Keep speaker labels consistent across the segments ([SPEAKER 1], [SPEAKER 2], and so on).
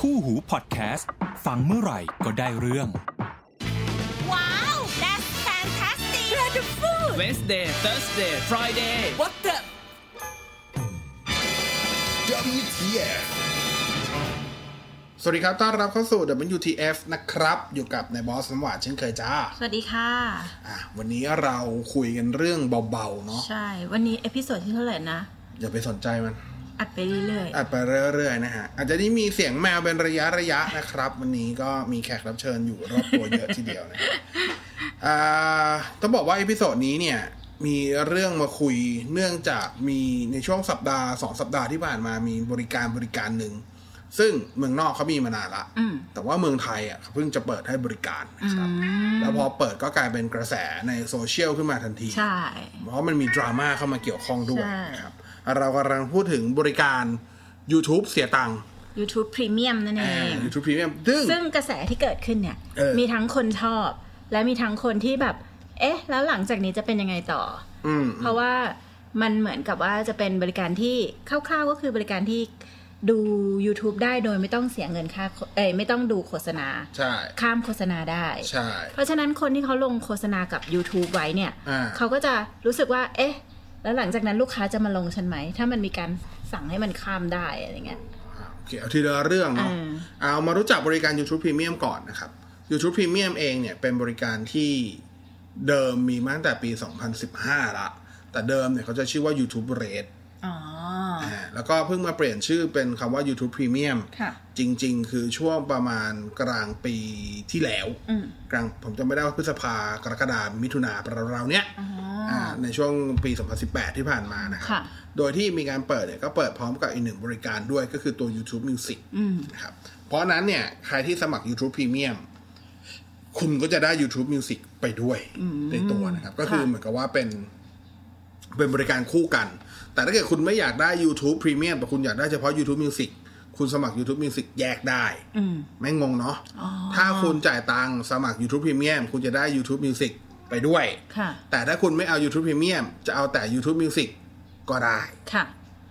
[SPEAKER 1] คู่หูพอดแคสต์ ฟังเมื่อไหร่ก็ได้เรื่อง
[SPEAKER 2] Wow, that's fantastic! Wonderful!
[SPEAKER 3] Wednesday, Thursday, Friday
[SPEAKER 2] What the?
[SPEAKER 4] WTF สวัสดีครับ ต้อนรับเข้าสู่ WTF นะครับ อยู่กับนายบอสน้ำหวานเช่นเคยจ้า
[SPEAKER 5] สวัสดีค่ะ
[SPEAKER 4] อ่ะวันนี้เราคุยกันเรื่องเบาๆ เนาะ
[SPEAKER 5] ใช่ วันนี้เอพิโซดที่เท่าไหร่นะ
[SPEAKER 4] อย่าไปสนใจมัน
[SPEAKER 5] อัดไปเรื่อย
[SPEAKER 4] อาจไปเรื่อยๆ นะฮะ อาจจะได้มีเสียงแมวเป็นระยะระยะนะครับ วันนี้ก็มีแขกรับเชิญอยู่รอบตัวเยอะทีเดียวนะ อ่าต้องบอกว่าเอพิโซดนี้เนี่ย มีเรื่องมาคุยเนื่องจากมีในช่วงสัปดาห์สองสัปดาห์ที่ผ่านมามีบริการบริการหนึ่งซึ่งเมืองนอกเขามีมานานละ
[SPEAKER 5] ๆ อืม
[SPEAKER 4] แต่ว่าเมืองไทยอ่ะเพิ่งจะเปิดให้บริการนะ
[SPEAKER 5] อื
[SPEAKER 4] ครับ
[SPEAKER 5] ม
[SPEAKER 4] แล้วพอเปิดก็กลายเป็นกระแสในโซเชียลขึ้นมาทันที
[SPEAKER 5] ใช่
[SPEAKER 4] เพราะมันมีดราม่าเข้ามาเกี่ยวข้องด้วย
[SPEAKER 5] ใช่
[SPEAKER 4] นะครับ เรากำลังพูดถึงบริการ YouTube เสียตังค์
[SPEAKER 5] YouTube Premium นั่นเอง
[SPEAKER 4] ยูทูบพรีเมียมซึ่ง
[SPEAKER 5] ซึ่งกระแสที่เกิดขึ้นเนี่ย
[SPEAKER 4] เออ
[SPEAKER 5] มีทั้งคนชอบ และมีทั้งคนที่แบบ เอ๊ะ แล้วหลังจากนี้จะเป็นยังไงต่อ
[SPEAKER 4] อืม
[SPEAKER 5] อเพราะว่ามันเหมือนกับว่าจะเป็นบริการที่คร่าวๆ ก็คือบริการที่ดู YouTube ได้โดยไม่ต้องเสียเงินค่าโฆเอ้ยไม่ต้องดูโฆษณา
[SPEAKER 4] ใช่
[SPEAKER 5] ข้ามโฆษณาได้
[SPEAKER 4] ใช่
[SPEAKER 5] เพราะฉะนั้นคนที่เขาลงโฆษณากับ YouTube ไว้เนี่ย
[SPEAKER 4] อ่า
[SPEAKER 5] เขาก็จะรู้สึกว่า เอ๊ะ แล้วหลังจากนั้นลูกค้าจะมาลงฉันไหม ถ้ามันมีการสั่งให้มันข้ามได้อะไรเงี้ย
[SPEAKER 4] โอเคเอาทีละเรื่องเนาะ
[SPEAKER 5] อ่า
[SPEAKER 4] เอามารู้จักบริการ YouTube Premium ก่อนนะครับ YouTube Premium เองเนี่ยเป็นบริการที่เดิมมีมาตั้งแต่ปี 2015 ละ แต่เดิมเนี่ยเขาจะชื่อว่า YouTube Red
[SPEAKER 5] อ๋อ
[SPEAKER 4] อ่าแล้วก็เพิ่งมาเปลี่ยนชื่อเป็นคำว่า YouTube Premium
[SPEAKER 5] ค่ะ
[SPEAKER 4] จริง ๆ คือช่วงประมาณกลางปีที่แล้ว
[SPEAKER 5] อืม
[SPEAKER 4] กลางผมจำไม่ได้ว่าพฤษภากรกฎามิถุนาเราวๆเนี้ย
[SPEAKER 5] อ๋ออ
[SPEAKER 4] าในช่วงปี 2018 ที่ผ่านมานะครั
[SPEAKER 5] ค่ะ
[SPEAKER 4] บ โดยที่มีการเปิดเนี่ยก็เปิดพร้อมกับอีกหนึ่งบริการด้วยก็คือตัว YouTube Music
[SPEAKER 5] อืม
[SPEAKER 4] นะครับ เพราะฉะนั้นเนี่ย ใครที่สมัคร YouTube Premium คุณก็จะได้ YouTube Music ไปด้วยในตัวนะครับ ก็คือ
[SPEAKER 5] ค่ะ
[SPEAKER 4] เหมือนกับว่าเป็น เป็นบริการคู่กัน แต่ถ้าเกิดคุณไม่อยากได้ YouTube Premium แต่คุณอยากได้เฉพาะ YouTube Music คุณสมัคร YouTube Music แยกได้
[SPEAKER 5] อืม
[SPEAKER 4] ไม่งงเนาะ
[SPEAKER 5] อ๋อ
[SPEAKER 4] ถ้าคุณจ่ายตังค์สมัคร YouTube Premium คุณจะได้ YouTube Music ไปด้วย
[SPEAKER 5] ค่ะ
[SPEAKER 4] แต่ถ้าคุณไม่เอา YouTube Premium จะเอาแต่ YouTube Music ก็ได้
[SPEAKER 5] ค่ะ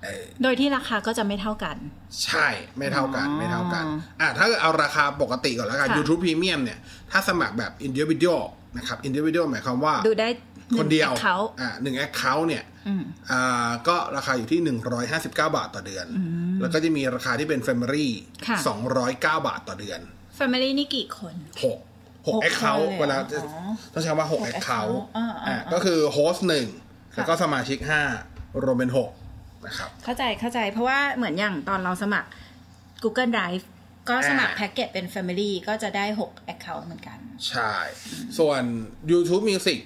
[SPEAKER 4] เออ
[SPEAKER 5] โดยที่ราคาก็จะไม่เท่ากัน
[SPEAKER 4] ใช่ไม่เท่ากัน
[SPEAKER 5] อ๋อ
[SPEAKER 4] ไม่เท่ากันอ่ะถ้าเอาราคาปกติก่อนแล้วกัน
[SPEAKER 5] ค่ะ
[SPEAKER 4] YouTube Premium เนี่ย ถ้าสมัครแบบ individual นะครับ individual หมายความว่า
[SPEAKER 5] ดูได้
[SPEAKER 4] คนเดียว
[SPEAKER 5] เขา
[SPEAKER 4] อ่ะหนึ่ง account เนี่ย
[SPEAKER 5] อืม
[SPEAKER 4] อ่าก็ราคาอยู่ที่ 159 บาทต่อเดือน แล้วก็จะมีราคาที่เป็น Family
[SPEAKER 5] ค่ะ
[SPEAKER 4] 209 บาทต่อเดือน
[SPEAKER 5] Family นี่กี่คน
[SPEAKER 4] หกหก
[SPEAKER 5] หก
[SPEAKER 4] แอคเคาท์
[SPEAKER 5] คน
[SPEAKER 4] เว
[SPEAKER 5] เลย
[SPEAKER 4] ลา
[SPEAKER 5] เหรอ
[SPEAKER 4] จะ
[SPEAKER 5] อ๋อ
[SPEAKER 4] ต้องใช้คำว่าหกแอคเคาท์
[SPEAKER 5] อ่าอ่า
[SPEAKER 4] อ่า
[SPEAKER 5] อ่า
[SPEAKER 4] ก็คือโฮสต์หนึ่ง
[SPEAKER 5] ค่ะ
[SPEAKER 4] แล้วก็สมาชิกห้ารวมเป็นหกนะครับ
[SPEAKER 5] เข้าใจเข้าใจ เพราะว่าเหมือนอย่างตอนเราสมัคร Google Drive ก็สมัคร
[SPEAKER 4] อ่า
[SPEAKER 5] แพ็กเกจเป็น Family ก็จะได้ 6 Account เหมือนกัน
[SPEAKER 4] ใช่ ส่วน YouTube Music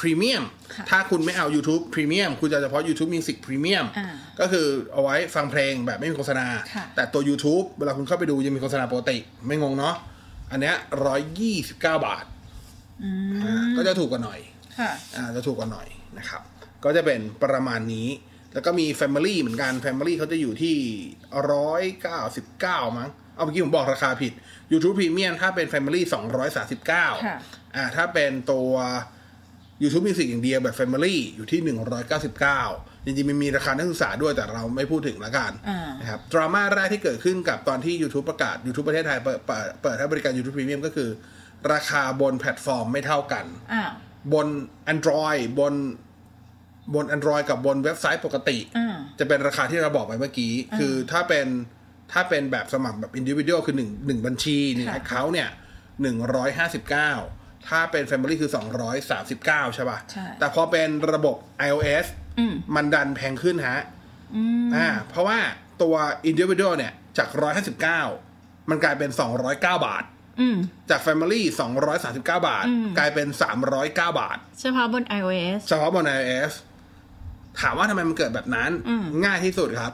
[SPEAKER 4] Premium
[SPEAKER 5] ค่ะ
[SPEAKER 4] ถ้าคุณไม่เอา YouTube Premium คุณจะเฉพาะ YouTube Music Premium
[SPEAKER 5] อ่า
[SPEAKER 4] ก็คือเอาไว้ฟังเพลงแบบไม่มีโฆษณา
[SPEAKER 5] ค่ะ
[SPEAKER 4] แต่ตัว YouTube เวลาคุณเข้าไปดูยังมีโฆษณาปกติ ไม่งงเนาะอันเนี้ยร้อยยี่สิบเก้าบาทอ่าก็จะถูกกว่าหน่อย
[SPEAKER 5] ค่ะ
[SPEAKER 4] อ่าจะถูกกว่าหน่อยนะครับ ก็จะเป็นประมาณนี้ แล้วก็มี Family เหมือนกัน Family เขาจะอยู่ที่ร้อยเก้าสิบเก้ามั้ง เอาเมื่อกี้ผมบอกราคาผิด YouTube Premium ถ้าเป็น Family
[SPEAKER 5] ค่ะ
[SPEAKER 4] 239อ่าถ้าเป็นตัว YouTube Music อย่างเดียวแบบ Family อยู่ที่ 199 จริงๆมันมีราคานักศึกษาด้วยแต่เราไม่พูดถึงละกัน
[SPEAKER 5] อ่าน
[SPEAKER 4] นะครับดราม่าแรกที่เกิดขึ้นกับตอนที่ YouTube ประกาศ YouTube ประเทศไทยเปิดเปิดเปิดให้บริการ YouTube Premium ก็คือ ราคาบนแพลตฟอร์มไม่เท่ากัน
[SPEAKER 5] อ้าว
[SPEAKER 4] บน Android บนบน Android กับบนเว็บไซต์ปกติ
[SPEAKER 5] อ่า
[SPEAKER 4] จะเป็นราคาที่เราบอกไปเมื่อกี้ คือถ้าเป็นถ้าเป็นแบบสมัครแบบอินดิวิ u ด l คือหนึ่งหนึ่งบัญชีหนึ่ง
[SPEAKER 5] ค่ะ
[SPEAKER 4] แอคเคาท์เนี่ยหนึ่งร้อยห้าสิบเก้าถ้าเป็น Family คือ 239 ใช่ป่ะ
[SPEAKER 5] ใช่
[SPEAKER 4] แต่พอเป็นระบบ iOS
[SPEAKER 5] อืม
[SPEAKER 4] มันดันแพงขึ้นฮะอ่าเพราะว่าตัว Individual เนี่ยจาก 159 มันกลายเป็น 209 บาท
[SPEAKER 5] อืม
[SPEAKER 4] จาก Family 239 บาท
[SPEAKER 5] อืม
[SPEAKER 4] กลายเป็น 309 บาท
[SPEAKER 5] เฉพาะบน iOS
[SPEAKER 4] เฉพาะบน iOS ถามว่าทำไมมันเกิดแบบนั้น
[SPEAKER 5] อืม
[SPEAKER 4] ง่ายที่สุดครับ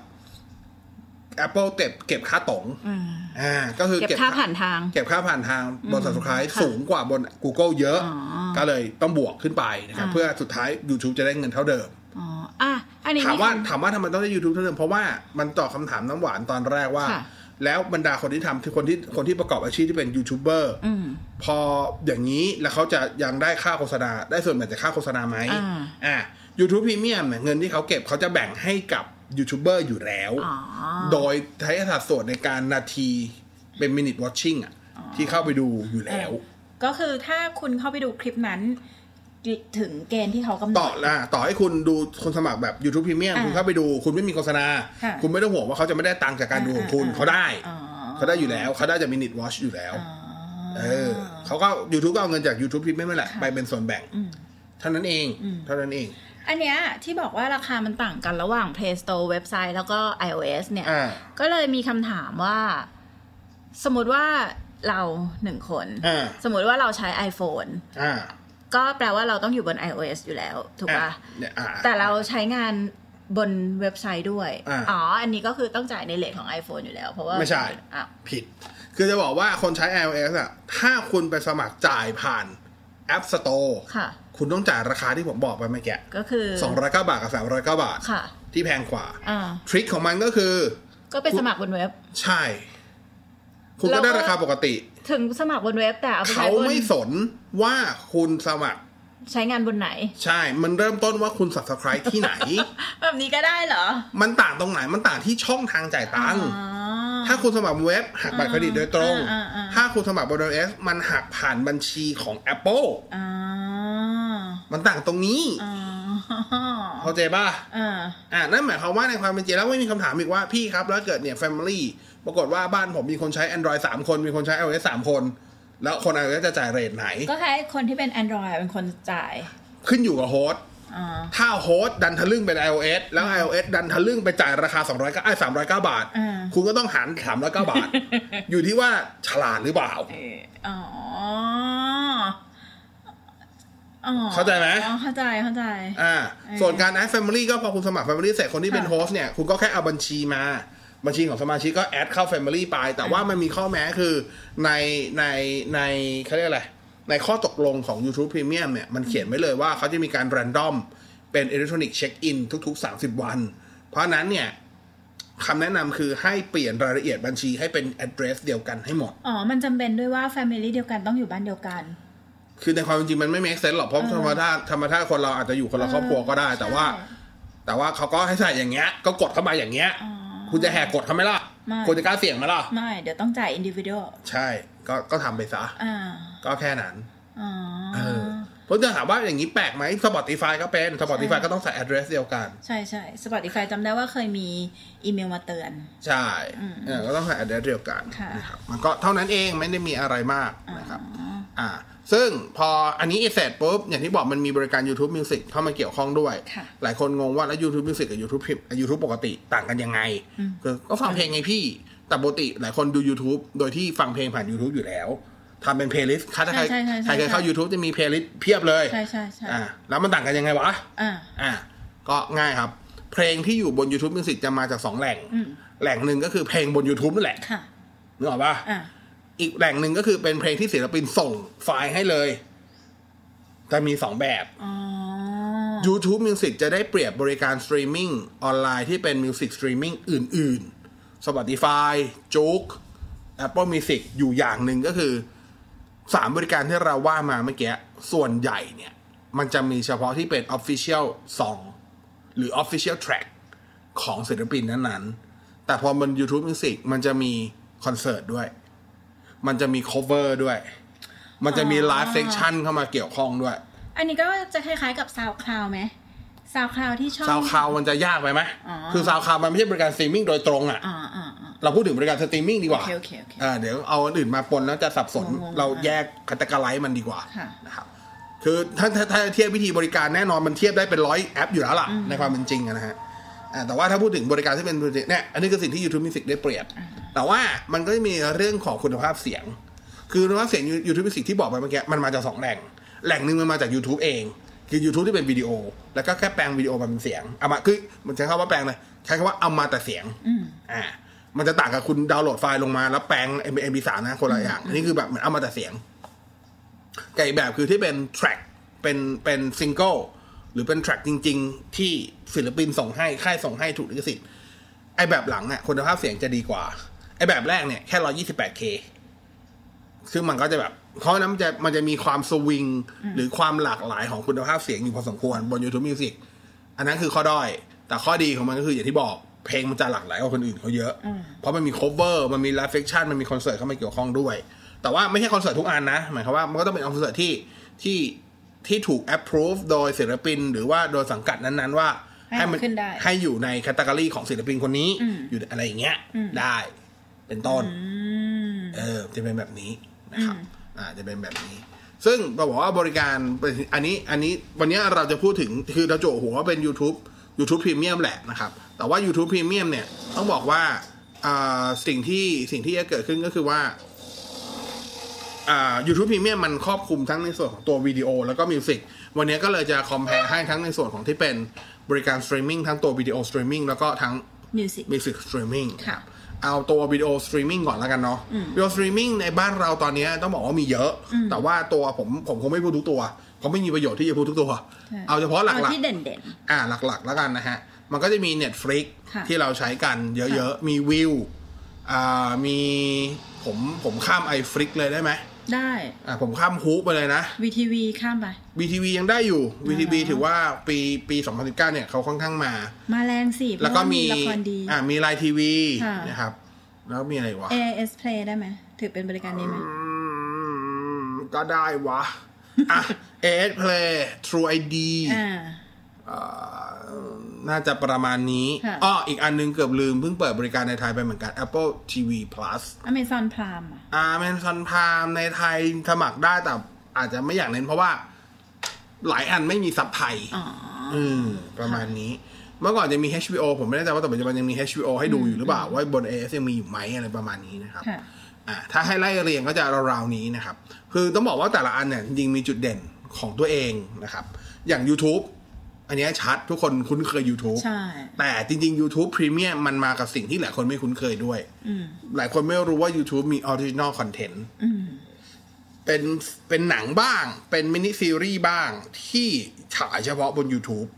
[SPEAKER 4] Apple เก็บเก็บค่าตง
[SPEAKER 5] อ่า
[SPEAKER 4] อ่าก็คือ
[SPEAKER 5] เก็บค่าผ่านทาง
[SPEAKER 4] เก็บค่าผ่านทางบน Subscribe
[SPEAKER 5] ค่ะ
[SPEAKER 4] สูงกว่าบน Google เยอะ
[SPEAKER 5] อ๋อ
[SPEAKER 4] ก็เลยต้องบวกขึ้นไปนะครับ
[SPEAKER 5] อ่า
[SPEAKER 4] เพื่อสุดท้าย YouTube จะได้เงินเท่าเดิม
[SPEAKER 5] อ๋ออ่ะอันนี้
[SPEAKER 4] ถามว่า
[SPEAKER 5] คำ
[SPEAKER 4] ถามว่าทำไมต้องได้ YouTube เท่าเดิม เพราะว่ามันตอบคำถามน้ำหวานตอนแรกว่า
[SPEAKER 5] ค่ะ
[SPEAKER 4] แล้วบรรดาคนที่ทำที่คนที่คนที่ประกอบอาชีพที่เป็นยูทูบเบอร์
[SPEAKER 5] อืม
[SPEAKER 4] พออย่างนี้แล้วเขาจะยังได้ค่าโฆษณา ได้ส่วนแบ่งจากค่าโฆษณาไหม
[SPEAKER 5] อ่า
[SPEAKER 4] อ่า YouTube Premium เนี่ยเงินที่เขาเก็บเขาจะแบ่งให้กับยูทูบเบอร์อยู่แล้ว
[SPEAKER 5] อ๋อ
[SPEAKER 4] โดยใช้อัตราส่วนในการนาที เป็น minute watching อ่ะ ที่เข้าไปดูอยู่แล้ว
[SPEAKER 5] ก็คือถ้าคุณเข้าไปดูคลิปนั้นถึงเกณฑ์ที่เขากำหน
[SPEAKER 4] ต่อ
[SPEAKER 5] ด
[SPEAKER 4] ละต่อให้คุณดูคนสมัครแบบ YouTube Premium
[SPEAKER 5] อ่า
[SPEAKER 4] คุณเข้าไปดู คุณไม่มีโฆษณา
[SPEAKER 5] ค่ะ
[SPEAKER 4] คุณไม่ต้องห่วงว่าเขาจะไม่ได้ตังค์จากการดูของคุณ
[SPEAKER 5] อ่า
[SPEAKER 4] เขาได้
[SPEAKER 5] อ๋อ
[SPEAKER 4] เขาได้อยู่แล้วเขาได้จาก minute watch อยู่แล้ว
[SPEAKER 5] อ๋อ
[SPEAKER 4] เออเขาก็ YouTube ก็เอาเงินจาก YouTube Premium นั่นแหละ
[SPEAKER 5] ค่ะ
[SPEAKER 4] ไปเป็นส่วนแบ่ง
[SPEAKER 5] อืม
[SPEAKER 4] เท่านั้นเอง
[SPEAKER 5] อืม
[SPEAKER 4] เท่านั้นเอง
[SPEAKER 5] อันเนี้ยที่บอกว่าราคามันต่างกันระหว่าง Play Store เว็บไซต์แล้วก็ iOS เนี่ย
[SPEAKER 4] อ่า
[SPEAKER 5] ก็เลยมีคำถามว่า สมมติว่าเราหนึ่งคน
[SPEAKER 4] อ่า
[SPEAKER 5] สมมติว่าเราใช้ iPhone
[SPEAKER 4] อ่า
[SPEAKER 5] ก็แปลว่าเราต้องอยู่บน iOS อยู่แล้ว ถูก
[SPEAKER 4] อ่า
[SPEAKER 5] ปะ่ะ
[SPEAKER 4] เนี่ยอ่า
[SPEAKER 5] แต่เราใช้งานบนเว็บไซต์ด้วย
[SPEAKER 4] อ่า
[SPEAKER 5] อ๋อ อันนี้ก็คือต้องจ่ายในเลทของ iPhone อยู่แล้ว เพราะว่า
[SPEAKER 4] ไม่ใช่
[SPEAKER 5] อ่ะ
[SPEAKER 4] ผิด คือจะบอกว่าคนใช้ iOS อ่ะ ถ้าคุณไปสมัครจ่ายผ่าน App Store
[SPEAKER 5] ค่ะ
[SPEAKER 4] คุณต้องจ่ายราคาที่ผมบอกไปเมื่อกี้
[SPEAKER 5] ก็คือ
[SPEAKER 4] สองร้อยเก้าบาทกับสามร้อยเก้าบาท
[SPEAKER 5] ค่ะ
[SPEAKER 4] ที่แพงกว่า
[SPEAKER 5] อ่า
[SPEAKER 4] ทริคของมันก็คือ
[SPEAKER 5] ก็ไปสมัครบนเว็บ
[SPEAKER 4] ใช่ คุณก็ได้ราคาปกติ
[SPEAKER 5] ถึงสมัครบนเว็บแต่เอาไป
[SPEAKER 4] เขา
[SPEAKER 5] ใช้บน
[SPEAKER 4] ไม่สนว่าคุณสมัคร
[SPEAKER 5] ใช้งานบนไหน
[SPEAKER 4] ใช่ มันเริ่มต้นว่าคุณ subscribe ที่ไห น
[SPEAKER 5] แบบนี้ก็ได้เหรอ
[SPEAKER 4] มันต่างตรงไหน มันต่างที่ช่องทางจ่ายตังค์
[SPEAKER 5] อ๋อ
[SPEAKER 4] ถ้าคุณสมัครเว็บหักบัตรเครดิตโดยตรง
[SPEAKER 5] อ่าอ่าอ่า
[SPEAKER 4] ถ้าคุณสมัครบนเอสมันหักผ่านบัญชีของ Apple
[SPEAKER 5] อ๋อ
[SPEAKER 4] มันต่างตรงนี้
[SPEAKER 5] อ๋อ
[SPEAKER 4] เข้าใจป่ะ
[SPEAKER 5] อ่า
[SPEAKER 4] อ่า นั่นหมายความว่าในความเป็นจริงแล้วไม่มีคำถามอีกว่าพี่ครับ แล้วเกิดเนี่ย Family ปรากฏว่าบ้านผมมีคนใช้ Android 3 คน มีคนใช้ iOS 3 คน แล้วคน iOS จะจ่ายเรทไหน
[SPEAKER 5] ก็ให้คนที่เป็น Android เป็นคนจ่าย
[SPEAKER 4] ขึ้นอยู่กับโฮสต์
[SPEAKER 5] อ๋อ
[SPEAKER 4] ถ้าโฮสต์ดันทะลึ่งเป็น iOS แล้ว iOS ดันทะลึ่งไปจ่ายราคา200ก็ไอ้309 บาท คุณก็ต้องหาร309 บาท อยู่ที่ว่าฉลาดหรือเปล่า
[SPEAKER 5] เอออ๋ออ๋อ
[SPEAKER 4] เข้าใจไหม
[SPEAKER 5] อ๋อเข้าใจเข้าใจ
[SPEAKER 4] อ่า
[SPEAKER 5] เออ
[SPEAKER 4] ส่วนการแอด Family ก็พอคุณสมัคร Family เสร็จคนที่เป็น
[SPEAKER 5] ค่ะ
[SPEAKER 4] โฮสต์เนี่ย คุณก็แค่เอาบัญชีมา บัญชีของสมาชิกก็แอดเข้า Family ไป แต่ว่ามันมีข้อแม้คือในในในเขาเรียกอะไร ในข้อตกลงของ YouTube Premium เนี่ย มันเขียนไว้เลยว่าเขาจะมีการ r รนดอมเป็น Electronic Check-in ทุก ๆ 30 วัน เพราะฉะนั้นเนี่ยคำแนะนำคือให้เปลี่ยนรายละเอียดบัญชีให้เป็น address เดียวกันให้หมด
[SPEAKER 5] ๋อ มันจำเป็นด้วยว่า Family เดียวกันต้องอยู่บ้านเดียวกัน
[SPEAKER 4] คือในความเป็นจริงมันไม่ make sense หรอกเพราะธรรมชาติธรรมชาติคนเราอาจจะอยู่คนละครอบครัวก็ได้ แต่ว่า แต่ว่าเขาก็ให้ใส่อย่างเงี้ย ก็กดเข้ามาอย่างเงี้ย
[SPEAKER 5] อ๋อ
[SPEAKER 4] คุณจะแหกกดเขาไหมล่ะ
[SPEAKER 5] ไม่
[SPEAKER 4] คุณจะกล้าเสี่ยงไหมล่ะ
[SPEAKER 5] ไม่ เดี๋ยวต้องจ่าย individual
[SPEAKER 4] ใช่ ก็ก็ทำไปซะ
[SPEAKER 5] อ่า
[SPEAKER 4] ก็แค่นั้น
[SPEAKER 5] อ๋อ
[SPEAKER 4] เออเพราะจะถามว่าอย่างนี้แปลกไหม Spotify ก็เป็น Spotify
[SPEAKER 5] ใช่
[SPEAKER 4] ก็ต้องใส่ address เดียวกัน
[SPEAKER 5] ใช่ใช่ Spotify จำได้ว่าเคยมีอีเมลมาเตือน
[SPEAKER 4] ใช่
[SPEAKER 5] อืม
[SPEAKER 4] เออก็ต้องใส่ address เดียวกัน
[SPEAKER 5] ค่ะ
[SPEAKER 4] นะครับมันก็เท่านั้นเองไม่ได้มีอะไรมากนะครับ อ่า ซึ่งพออันนี้เสร็จปุ๊บ อย่างที่บอกมันมีบริการ YouTube Music เข้ามาเกี่ยวข้องด้วย
[SPEAKER 5] ค่ะ
[SPEAKER 4] หลายคนงงว่าแล้ว YouTube Music กับ YouTube กับ YouTube ปกติต่างกันยังไง คือก็ฟังเพลงไงพี่ แต่ปกติหลายคนดู YouTube โดยที่ฟังเพลงผ่าน YouTube อยู่แล้วทำเป็นเพลย์ลิสต์ถ้าใคร
[SPEAKER 5] ใช่ใช่ใช่
[SPEAKER 4] ใครเคยเข้า
[SPEAKER 5] ใช่
[SPEAKER 4] YouTube จะมีเพลย์ลิสต์เพียบเลย
[SPEAKER 5] ใช่ใช่ใช่
[SPEAKER 4] อ่าแล้วมันต่างกันยังไงวะ
[SPEAKER 5] อ่า
[SPEAKER 4] อ่ะก็ง่ายครับ เพลงที่อยู่บน YouTube Music จะมาจากสองแหล่ง
[SPEAKER 5] อืม
[SPEAKER 4] แหล่งหนึ่งก็คือเพลงบน YouTube นั่นแหละ
[SPEAKER 5] ค่ะ
[SPEAKER 4] นึกออกปะ
[SPEAKER 5] อ่า
[SPEAKER 4] อีกแหล่งหนึ่งก็คือเป็นเพลงที่ศิลปินส่งไฟล์ให้เลย จะมีสองแบบ
[SPEAKER 5] อ๋อ
[SPEAKER 4] YouTube Music จะได้เปรียบบริการสตรีมมิ่งออนไลน์ที่เป็น Music Streaming อื่น ๆ Spotify j o o k Apple Music อยู่อย่างหนึ่งก็คือ 3 บริการที่เราว่ามาเมื่อกี้ ส่วนใหญ่เนี่ย มันจะมีเฉพาะที่เป็น Official Song หรือ Official Track ของศิลปินนั้น ๆ แต่พอมัน YouTube Music มันจะมีคอนเสิร์ตด้วย มันจะมี cover ด้วย มันจะมี live section เข้ามาเกี่ยวข้องด้วย
[SPEAKER 5] อันนี้ก็จะคล้ายๆกับ SoundCloud ไหม SoundCloud ที่ช่อง
[SPEAKER 4] ซาวคาวมันจะยากไปไหม
[SPEAKER 5] อ๋อ
[SPEAKER 4] คือซาวคาวมันไม่ใช่บริการสตรีมมิ่งโดยตรงอ่ะ
[SPEAKER 5] อ่าอ่าอ่า
[SPEAKER 4] เราพูดถึงบริการสตรีมมิ่งดีกว่า
[SPEAKER 5] โอเคโอเคโอเค
[SPEAKER 4] อ่า เดี๋ยวเอาอันอื่นมาปนแล้วจะสับสน
[SPEAKER 5] งงๆ
[SPEAKER 4] เราแยกคัตกไลซ์มันดีกว่า
[SPEAKER 5] ค่ะ
[SPEAKER 4] นะครับ คือถ้าถ้าถ้าเทียบวิธีบริการแน่นอนมันเทียบได้เป็นร้อยแอปอยู่แล้วล่ะ ในความเป็นจริงอะนะฮะอ่าแต่ว่าถ้าพูดถึงบริการที่เป็นเนี่ยอันนี้คือสิ่งที่ YouTube Music ได้เปรียบ แต่ว่ามันก็จะมีเรื่องของคุณภาพเสียง คือคุณภาพเสียง YouTube Music ที่บอกไปเมื่อกี้มันมาจากสองแหล่ง แหล่งหนึ่งมันมาจาก YouTube เอง คือ YouTube ที่เป็นวิดีโอ แล้วก็แค่แปลงวิดีโอมาเป็นเสียงเอามาคือมันใช้คำว่าแปลงเลยใช้คำว่าเอามาแต่เสียง อ่า มันจะต่างกับคุณดาวน์โหลดไฟล์ลงมาแล้วแปลง MP3 นะคนละอย่างอันนี้คือแบบเหมือนเอามาแต่เสียง กับอีกแบบคือที่เป็นแทร็กเป็นเป็นซิงเกิลหรือเป็นแทร็กจริง ๆ ที่ศิลปินส่งให้ค่ายส่งให้ถูกลิขสิทธิ์ไอแบบหลังอะคุณภาพเสียงจะดีกว่า ไอแบบแรกเนี่ยแค่ 128k ซึ่งมันก็จะแบบ เพราะฉะนั้นมันจะมันจะมีความสวิง หรือความหลากหลายของคุณภาพเสียงอยู่พอสมควรบน YouTube Music อันนั้นคือข้อด้อย แต่ข้อดีของมันก็คืออย่างที่บอก เพลงมันจะหลากหลายกว่าคนอื่นเขาเยอะ
[SPEAKER 6] อืม
[SPEAKER 4] เพราะมันมี cover มันมีไลฟ์เฟ c ชั่นมันมีคอนเสิร์ตเข้ามาเกี่ยวข้องด้วย แต่ว่าไม่ใช่คอนเสิร์ตทุกอันนะ หมายความว่ามันก็ต้องเป็นคอนเสิร์ตที่ที่ที่ถูก approve โดยศิลปิน หรือว่าโดยสังกัดนั้นๆ ว่า
[SPEAKER 6] ให้มันขึ้นได้
[SPEAKER 4] ให้อยู่ในแคตตาล็อของศิลปินคนนี้
[SPEAKER 6] อืม
[SPEAKER 4] อยู่อะไรอย่างเงี้ย
[SPEAKER 6] อืม
[SPEAKER 4] ได้เป็นต้น
[SPEAKER 6] อืม
[SPEAKER 4] เออจะเป็นแบบนี้นะครับ
[SPEAKER 6] อืม
[SPEAKER 4] อ่าจะเป็นแบบนี้ ซึ่งเราบอกว่าบริการเป็นอันนี้อันนี้วันนี้เราจะพูดถึงคือเราโจหัวว่าเป็น YouTube YouTube Premium แหละนะครับ แต่ว่า YouTube Premium เนี่ย ต้องบอกว่าอ่าสิ่งที่สิ่งที่จะเกิดขึ้นก็คือว่าอ่า YouTube Premium มันครอบคลุมทั้งในส่วนของตัววิดีโอ แล้วก็มิวสิกวันนี้ก็เลยจะคอมเพลให้ทั้งในส่วนของที่เป็นบริการสตรีมมิ่งทั้งตัววิดีโอสตรีมมิ่งแล้วก็ทั้ง
[SPEAKER 6] มิวสิก
[SPEAKER 4] มิวสิกสตรีมมิ่ง
[SPEAKER 6] ค่ะ
[SPEAKER 4] เอาตัววิดีโอสตรีมมิ่งก่อนแล้วกันเนาะวิดีโอสตรีมมิ่งในบ้านเราตอนเนี้ยต้องบอกว่ามีเยอะ แต่ว่าตัวผมผมคงไม่พูดทุกตัวเพราะไม่มีประโยชน์ที่จะพูดทุกตัว
[SPEAKER 6] ใช่
[SPEAKER 4] เอาเฉพาะหลั
[SPEAKER 6] เอา
[SPEAKER 4] ก
[SPEAKER 6] ที่เด่นเด่น
[SPEAKER 4] ๆ อ่าหลักๆ แล้วกันนะฮะ มันก็จะมี Netflix
[SPEAKER 6] ค่ะ
[SPEAKER 4] ที่เราใช้กันเยอะๆ มีวิวอ่ามีผมผมข้ามไอฟลิกเลยได้ไหม
[SPEAKER 6] ๆ ได้
[SPEAKER 4] อ่าผมข้ามฮูไปเลยนะ
[SPEAKER 6] วีทีวีข้ามไป
[SPEAKER 4] VTV ยังได้อยู่ VTV
[SPEAKER 6] อ่า
[SPEAKER 4] ถือว่าปีปี 2019 เนี่ยเขาค่อนข้างมา
[SPEAKER 6] มาแรงสิเพ
[SPEAKER 4] แล้ว
[SPEAKER 6] ราะ
[SPEAKER 4] ก็
[SPEAKER 6] ว่ามี
[SPEAKER 4] มี
[SPEAKER 6] ละครดี
[SPEAKER 4] อ่ามีไลน์ทีวี
[SPEAKER 6] ค่ะ
[SPEAKER 4] นะครับ แล้วมีอะไรอีกวะ
[SPEAKER 6] AIS Play ได้ไหมถือเป็นบริการนี้ไหม
[SPEAKER 4] อืมก็ได้ วะ อ่ะ AS Play True ID
[SPEAKER 6] อ่า
[SPEAKER 4] เอ่อน่าจะประมาณนี้
[SPEAKER 6] ค่ะ
[SPEAKER 4] อ้ออีกอันนึงเกือบลืม เพิ่งเปิดบริการในไทยไปเหมือนกัน Apple TV Plus
[SPEAKER 6] Amazon Prime อ่ะ
[SPEAKER 4] Amazon Prime ในไทยสมัครได้แต่อาจจะไม่อยากเน้นเพราะว่า หลายอันไม่มีซับไทย
[SPEAKER 6] อ๋อ
[SPEAKER 4] อืม ประมาณนี้ เมื่อก่อนจะมี HBO ผมไม่แน่ใจว่าแต่ปัจจุบันยังมี HBO ให้ดูอยู่หรือเปล่า ว่าบน AS ยังมีอยู่ไหมอะไรประมาณนี้นะครับ
[SPEAKER 6] ค่ะ
[SPEAKER 4] อ่าถ้าให้ไล่เรียงก็จะราวๆนี้นะครับ คือต้องบอกว่าแต่ละอันเนี่ยจริงๆมีจุดเด่นของตัวเองนะครับ อย่าง YouTube อันเนี้ยชัดทุกคนคุ้นเคย YouTube
[SPEAKER 6] ใช่
[SPEAKER 4] แต่จริง ๆ YouTube Premium มันมากับสิ่งที่หลายคนไม่คุ้นเคยด้วย
[SPEAKER 6] อืม
[SPEAKER 4] หลายคนไม่รู้ว่า YouTube มี Original Content
[SPEAKER 6] อืม
[SPEAKER 4] เป็นเป็นหนังบ้าง เป็นมินิซีรีส์บ้าง ที่ฉายเฉพาะบน YouTube